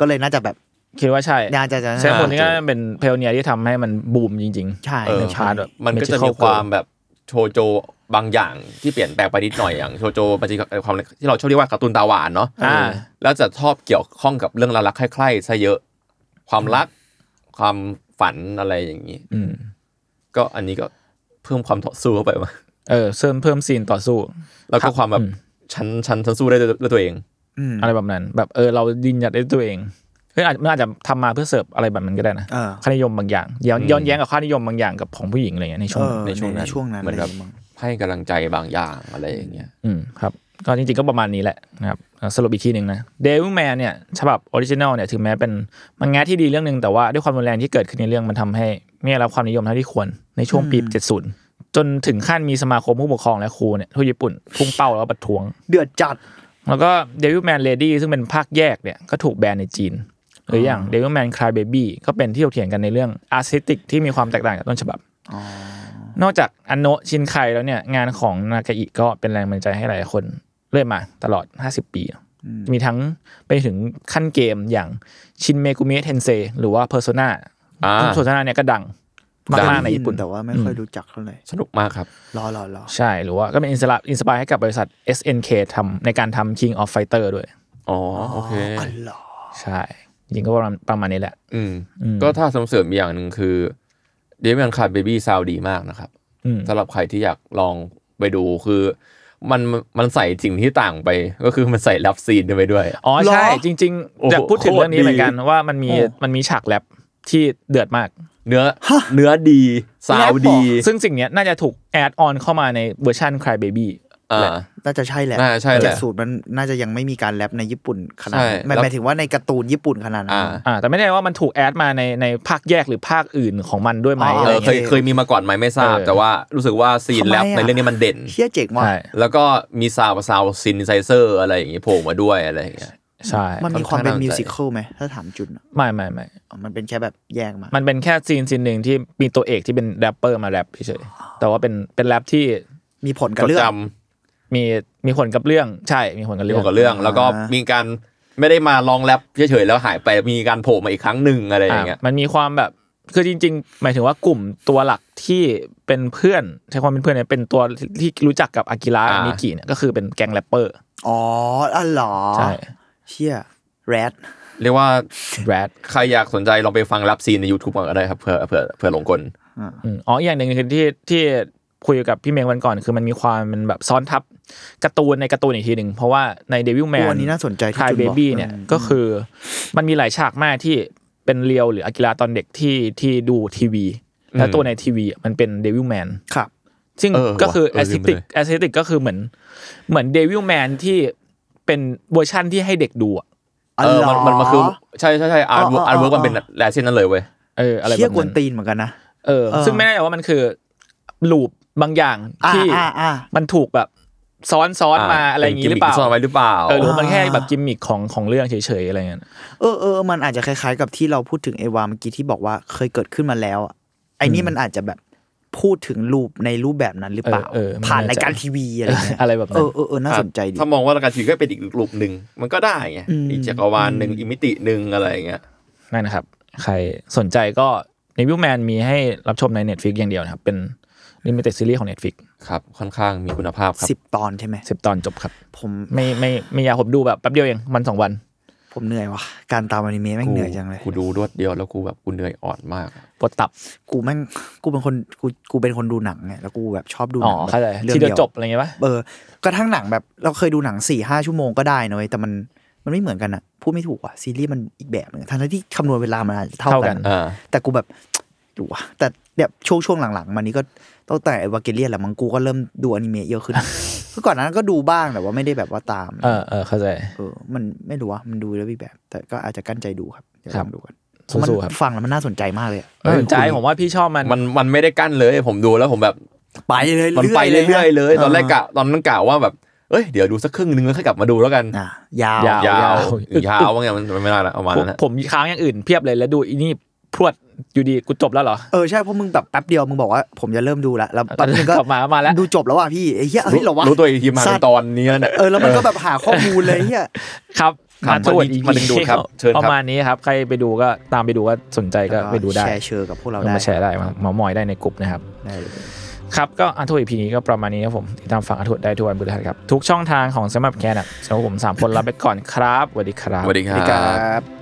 E: ก็เลยน่าจะแบบ
C: คิดว่าใช่
E: น่าจะจะ
C: ใช่คน
E: น่า
C: นี้
E: จะ
C: ก็เป็นเพลเนียที่ทำให้มันบูมจริง
E: ใช่
D: เออ
E: ใน
C: ชา
E: ชา
C: ร์
E: ร์
C: ต
E: ต
C: อะ
D: มันก็จะมีความแบบโชโจบางอย่างที่เปลี่ยนแปลงไปนิดหน่อยอย่างโชโจมันจะความที่เราชอบเรียกว่าการ์ตูนตาหวานเนาะ
C: อ่า
D: แล้วจะชอบเกี่ยวข้องกับเรื่องราวรักใคร่ๆซะเยอะ ความรัก ความฝันอะไรอย่างนี้
C: ๆ อืม
D: ก็อันนี้ก็เพิ่มความต่อสู้เข้าไปมา
C: เออเสริมเพิ่มซีนต่อสู้
D: แล้วก็ความแบบ
C: อืม
D: ชั้นชั้นชั้นสู้ได้ด้วยด้วยตัวเอง
E: อืม
C: อะไรแบบนั้น แบบเออเรายืนหยัดด้วยตัวเองเฮ้ยอาจมันอาจจะทำมาเพื่อเสิร์ฟอะไรแบบนั้นก็ได้นะ
E: เออ
C: ค่านิยมบางอย่างย้อนย้อนแย้งกับค่านิยมบางอย่างกับของผู้หญิงอะไรเงี้ยในช่
E: เอ
C: วง
E: อ
D: ใน
E: ใน
D: ช่
E: ช่ว
D: ว
E: ง
D: งนั้
E: นั้น นช่วงนั้น
D: เหมือนแบบ
E: อะไรอย่างเงี้ยมั้ง
D: ให้กำลังใจบางอย่างอะไรอย่างเงี้ย
C: ืมครับก็จริงๆก็ประมาณนี้แหละนะครับอ่าสรุปอีกทีหนึ่งนะเดวิลแมนเนี่ยฉบับออริจิน l ลเนี่ยถึงแม้เป็นมังงะที่ดีเรื่องหนึ่งแต่ว่าด้วยความรุนแรงที่เกิดขึ้นในเรื่องมันทำให้ไม่ได้รับความนิยมเท่าที่ควรในช่วงปี 70 จนถึงขั้นมีสมาคมผู้ปกครองและครูเนี่ยทั่วญี่ปุ่นพุ่งเป้าแล้วประท้วง
E: เดือดจัด
C: แล้วก็เดวิลแมนเลดี้ซึ่งเป็นภาคแยกเนี่ยก็ถูกแบนในจีน หรืออย่างเดวิลแมนคลายเบบี้ก็เป็นที่ถกเถียงกันในเรื่องอาร์ติติกที่มีความแตกต่างจากต้นฉบับ นอกจากอันโนะชินไคแล้วเนี่ยงานของนากาอิก็เป็นแรงบันดาลใจให้หลายคนเรื่อยมาตลอด 50 ปีเนอะมีทั้งไปถึงขั้นเกมอย่างชินเมกุเมะเทนเซหรือว่าเพอร์โซนา
D: อ่า
C: เพอร์โซนาเนี่ยก็ดัง
D: ดัง
C: มากๆในญี่ปุ่น
E: แต่ว่าไม่ค่อยรู้จักเท่าไหร่
D: สนุกมากครับ
E: รอรอรอ
C: ใช่หรือว่าก็เป็นอินสระอินสปายให้กับบริษัท SNK ทำในการทำ King of Fighter ด้วย
D: อ๋อโอเค
E: อ๋อเหรอ
C: ใช่จริงๆก็ประมาณประมาณนี้แหละ
D: อืม
C: อืม
D: ก็ถ้าสมเสริมอีกอย่างหนึ่งคือเดวิ a คาร์เบบี้ซาวดีมากนะครับ
C: อืม
D: สำหรับใครที่อยากลองไปดูคือ มันมันใส่สิ่งที่ต่างไป ก็คือมันใส่รับซีนไปด้วย
C: อ๋อใช่ จริง
D: โอ้โห
C: ๆอยากพูดถึงเรื่องนี้
D: โคตรดี
C: เหมือนกันว่ามันมีมันมีฉากแรปที่เดือดมาก
D: เนื้อเนื้อดีซาวดี
C: ซึ่งสิ่งเนี้ยน่าจะถูกแอดออนเข้ามาในเวอร์ชัน Cry Baby
D: อ่า
E: น่าจะใช่แหละ
D: น่าจะใช่แหละ
E: แต่สูตรมันน่าจะยังไม่มีการแรปในญี่ปุ่นขนาด
D: ใช่
E: นั้นหมาย
D: แล้ว
E: หมายถึงว่าในการ์ตูนญี่ปุ่นขนาดนั้
D: อ่าน
C: อ่าแต่ไม่แน่ว่ามันถูกแอดมาในในภาคแยกหรือภาคอื่นของมันด้วยไหม
E: อ๋ออ
C: อะ
D: เอ
C: ไร
D: อ
C: เงี้ย
D: เคยเคยมีมาก่อนไหมไม่ทราบ
C: เออ
D: แต่ว่ารู้สึกว่าซีน
E: ทำไม
D: แรปใน
E: อะ
D: เรื่องนี้มันเด่น
E: เชี่ยเจ๋งว่ะ
C: ใช่
D: แล้วก็มีซาวซาวซินไซเซอร์อะไรอย่างงี้โผล่มาด้วยอะไรอย่างเงี้ย
C: ใช่
E: มันมีความเป็น
D: ค่อนข้าง
E: มิวสิควลไหมถ้าถามจุนอะ
C: ไม่ไม่ไม่
E: อ๋อมันเป็นแค่แบบแยกมา
C: มันเป็นแค่ซีนซีนหนึ่งที่มีตัวเอกที่เป็นแรปเปอร์มาแรปเฉยๆแต่ว่าเป็นเป็นแรปที่
E: มีผล
D: จ
E: กับ
D: ด
E: เรื่อง
D: จ
C: มีมีผลกับเรื่องใช่มีผลกับ
D: ำเกี่
C: เรื่
D: ย
C: อง
D: วกับเรื่องแล้วก็มีการไม่ได้มาลองแรปเฉยๆแล้วหายไปมีการโผล่มาอีกครั้งหนึ่งอะไรอย่างเงี้ย
C: อ่ะมันมีความแบบคือจริง ๆ หมายถึงว่ากลุ่มตัวหลักที่เป็นเพื่อนใช้ความเป็นเพื่อนเนี่ยเป็นตัวที่รู้จักกับอากิระ
D: อ่า
C: มิกิเนี่ยก็คือเป็นแก๊งแรปเปอร์
E: อ๋ออ๋อเหรอ
C: ใช่
E: เชี่ยแรด
D: เรียกว่า
C: แรด
D: ใครอยากสนใจลองไปฟังรับซีนใน YouTube ก่อนก็ได้ครับเผื่อเผื่อเผื่อหลงกล
C: อ๋ออีกอย่างหนึ่งคือที่ที่คุยกับพี่เมงวันก่อน คือมันมีความมันแบบซ้อนทับการ์ตูนในการ์ตูนอีกทีหนึ่งเพราะว่าในเดวิลแม
E: ตัวน นี้น่าสนใจ
C: ค
E: ที่
C: ลาย
E: จุน
C: เบบ
E: อ
C: บี้เนี่ยก็คือมันมีหลายฉากมากที่เป็นเรียวหรืออากิระตอนเด็กที่ที่ดูทีวี แล้วตัวในทีวีอ่ะมันเป็นเดวิลแมน
E: ครับ
C: ซึ่ง
D: เออ
C: ก็คือ
D: ว่ะเอ
C: แอ
D: อ
C: ส
D: ลื
C: ซิ
D: มไป
C: ติก
D: เลย
C: แอสซิติกก็คือเหมือนเหมือนเดวิลแมนที่เป็นเวอร์ชั่นที่ให้เด็กดูอะ
E: อ อ๋อ
D: เออ
E: เหร
D: มันมันมันคือใช่ใช่ใช่อาร์ต
E: อ๋ออ๋ออ๋อ
D: อาร์ตเวิร์กมันเป็นแลเส้นนั้นเลยเว้ย
C: เอออะไรแบบ
E: เชี่ยกว
C: นั้น น
E: ตีนเหมือนกันนะ
C: เออ
E: เออ
C: ซึ่งไม่แน่ใจว่ามันคือลูปบางอย่าง
E: อ่า
C: ที่
E: อ่าอ่า
C: มันถูกแบบซ้อนซ้อนๆมาอะไรอย่างงี้หรือเปล่า
D: ป็นกิมมิคซ่อนไว้หรือเปล่า
C: เออหรือว่ามันแค่
E: อ่า
C: แบบกิมมิคของของเรื่องเฉยๆอะไรเงี้ย
E: เออเออมันอาจจะคล้ายๆกับที่เราพูดถึงเอวาเมื่อกี้ที่บอกว่าเคยเกิดขึ้นมาแล้วอะไอ้นี่มันอาจจะแบบพูดถึงรูปในรูปแบบนั้นหรือเปล่า
C: เออเออ
E: ผ่าน
C: ไม่แน่ใจ
E: รายการทีวีอะไรเงี้ย
C: อะไรแบบ
E: เอ
C: นั้น
E: อเออเออน่าสนใจดี
D: ถ้ามองว่ารายการทีวีก็เป็นอีกกลุ่มหนึ่งมันก็ได้ไง
E: อืม
D: อีกจักรวาลหนึ่งอีกมิติหนึ่งอะไรอย่างเงี้ย
C: นั่นนะครับ ใครสนใจก็ในวิวแมนมีให้รับชมใน Netflix อย่างเดียวนะครับ เป็นลิมิเต็ดซีรีส์ของ Netflix
D: ครับค่อนข้างมีคุณภาพครับ
E: สิบตอนใช่ไหม
C: สิบตอนจบครับ
E: ผม
C: ไม่ไม่ไม่อยากผมดูแบบแป๊บเดียวเองวันสองวัน
E: ผมเหนื่อยว่ะการตามอนิเมะแม่งเหนื่อยจังเลย
D: กูดูรวดเดียวแล้วกูแบบกูเหนื่อยอ่อนมาก
C: ปวดตับ
E: กูแม่ง กูเป็นคนกูกูเป็นคนดูหนังไงแล้วกูแบบชอบดูห
C: อ๋อ
E: นั
C: ง
E: แบบ
C: เข้าใจ
E: เรื่อง
C: ทีเดี
E: เดี
C: ย
E: ยว ว
C: จบอะไรเงี้ยปะ
E: เออกระทั่งหนังแบบเราเคยดูหนังสี่ห้าชั่วโมงก็ได้นะเว้ยแต่มันมันไม่เหมือนกันอะพูดไม่ถูกอะซีรีส์มันอีกแบบหนึงทั้งที่คำนวณเวลามันอาจจะเท่ากัน
D: อ่า
E: แต่กูแบบ ดูวะแต่แบบช่วงช่วงหลังๆ มานี้ก็ตั้งแต่วาเกเลียนแหละมังกูก็เริ่มดูอนิเมะเยอะ ขึ้น คือก่อนหนานั้นก็ดูบ้างแต่ว่าไม่ได้แบบว่าตาม
C: เออเออเข้าใจ
E: เออมันไม่รู้ว่ามันดูแล้วอีกแบบ แต่ก็อาจจะกั้นใจดูครับเดี๋ยว
C: ค
E: ล
C: รับ
E: องดูกันเพราะมัน
C: สู้ๆครับ
E: ฟังแล้วมันน่าสนใจมากเลยอะ
D: เออ
C: สนใจผมว่าพี่ชอบมัน
D: มันมันไม่ได้กั้นเลยผมดูแล้วผมแบบ
E: ไปเลย
D: มันไปเรื่อยๆเลย
E: ะ
D: ตอนแรกกะตอนนั้นกะว่าแบบเอ้ยเดี๋ยวดูสักครึ่งนึงแล้วค่อยกลับมาดูแล้วกัน
E: อ่ะยาว
C: ยาว
D: ยาว
C: อึด
D: ยาวว่าไงมันไม่ได้ละประมาณ
C: ผม
D: นั้นนะ
C: ผมค้างอย่างอื่นเพียบเลยแล้วดูอีนี่พรวดอยู่ดีกูจบแล้วเหรอ
E: เออใช่เพราะมึงแบบแป๊บเดียวมึงบอกว่าผมจะเริ่มดูละแล้วแป๊บนึงก็
C: กลับมามาแล้ว
E: ดูจบแล้วว่ะพี่ไอ้เหี้ยเฮ้ยเหรอวะ
D: รู้ตัวอีกทีมา
E: สัตว์
D: ตอนนี้แล้วเนี่ย
E: เออแล้วมันก็แบบหาข้อมูลเลยไอ้เหี้ย
C: ครับ
D: ครับ
C: สวัสดี
D: มาดึงดูดครับเชิญครับ
C: ประมาณนี้ครับ ใครไปดูก็ตามไปดูก็สนใจก็ไปดูได้
E: แชร์เชอร์กับพวกเรา
C: ลง
E: ได้
C: มาแชร์ได้มาเมามอยได้ในกลุ่มนะครับ
E: ได้เลย
C: ครับก็อันทวอีพีนี้ก็ประมาณนี้ครับผมติดตามฟังอันทวดได้ทุกวันพฤหัสครับ ทุกช่องทางของสำหรับแคนอะสำหรับผมสามคนลาไปก่อนครับสวัสดีครับ
D: สวัสดีค
E: สวัสดีคร
D: รับ
E: ับ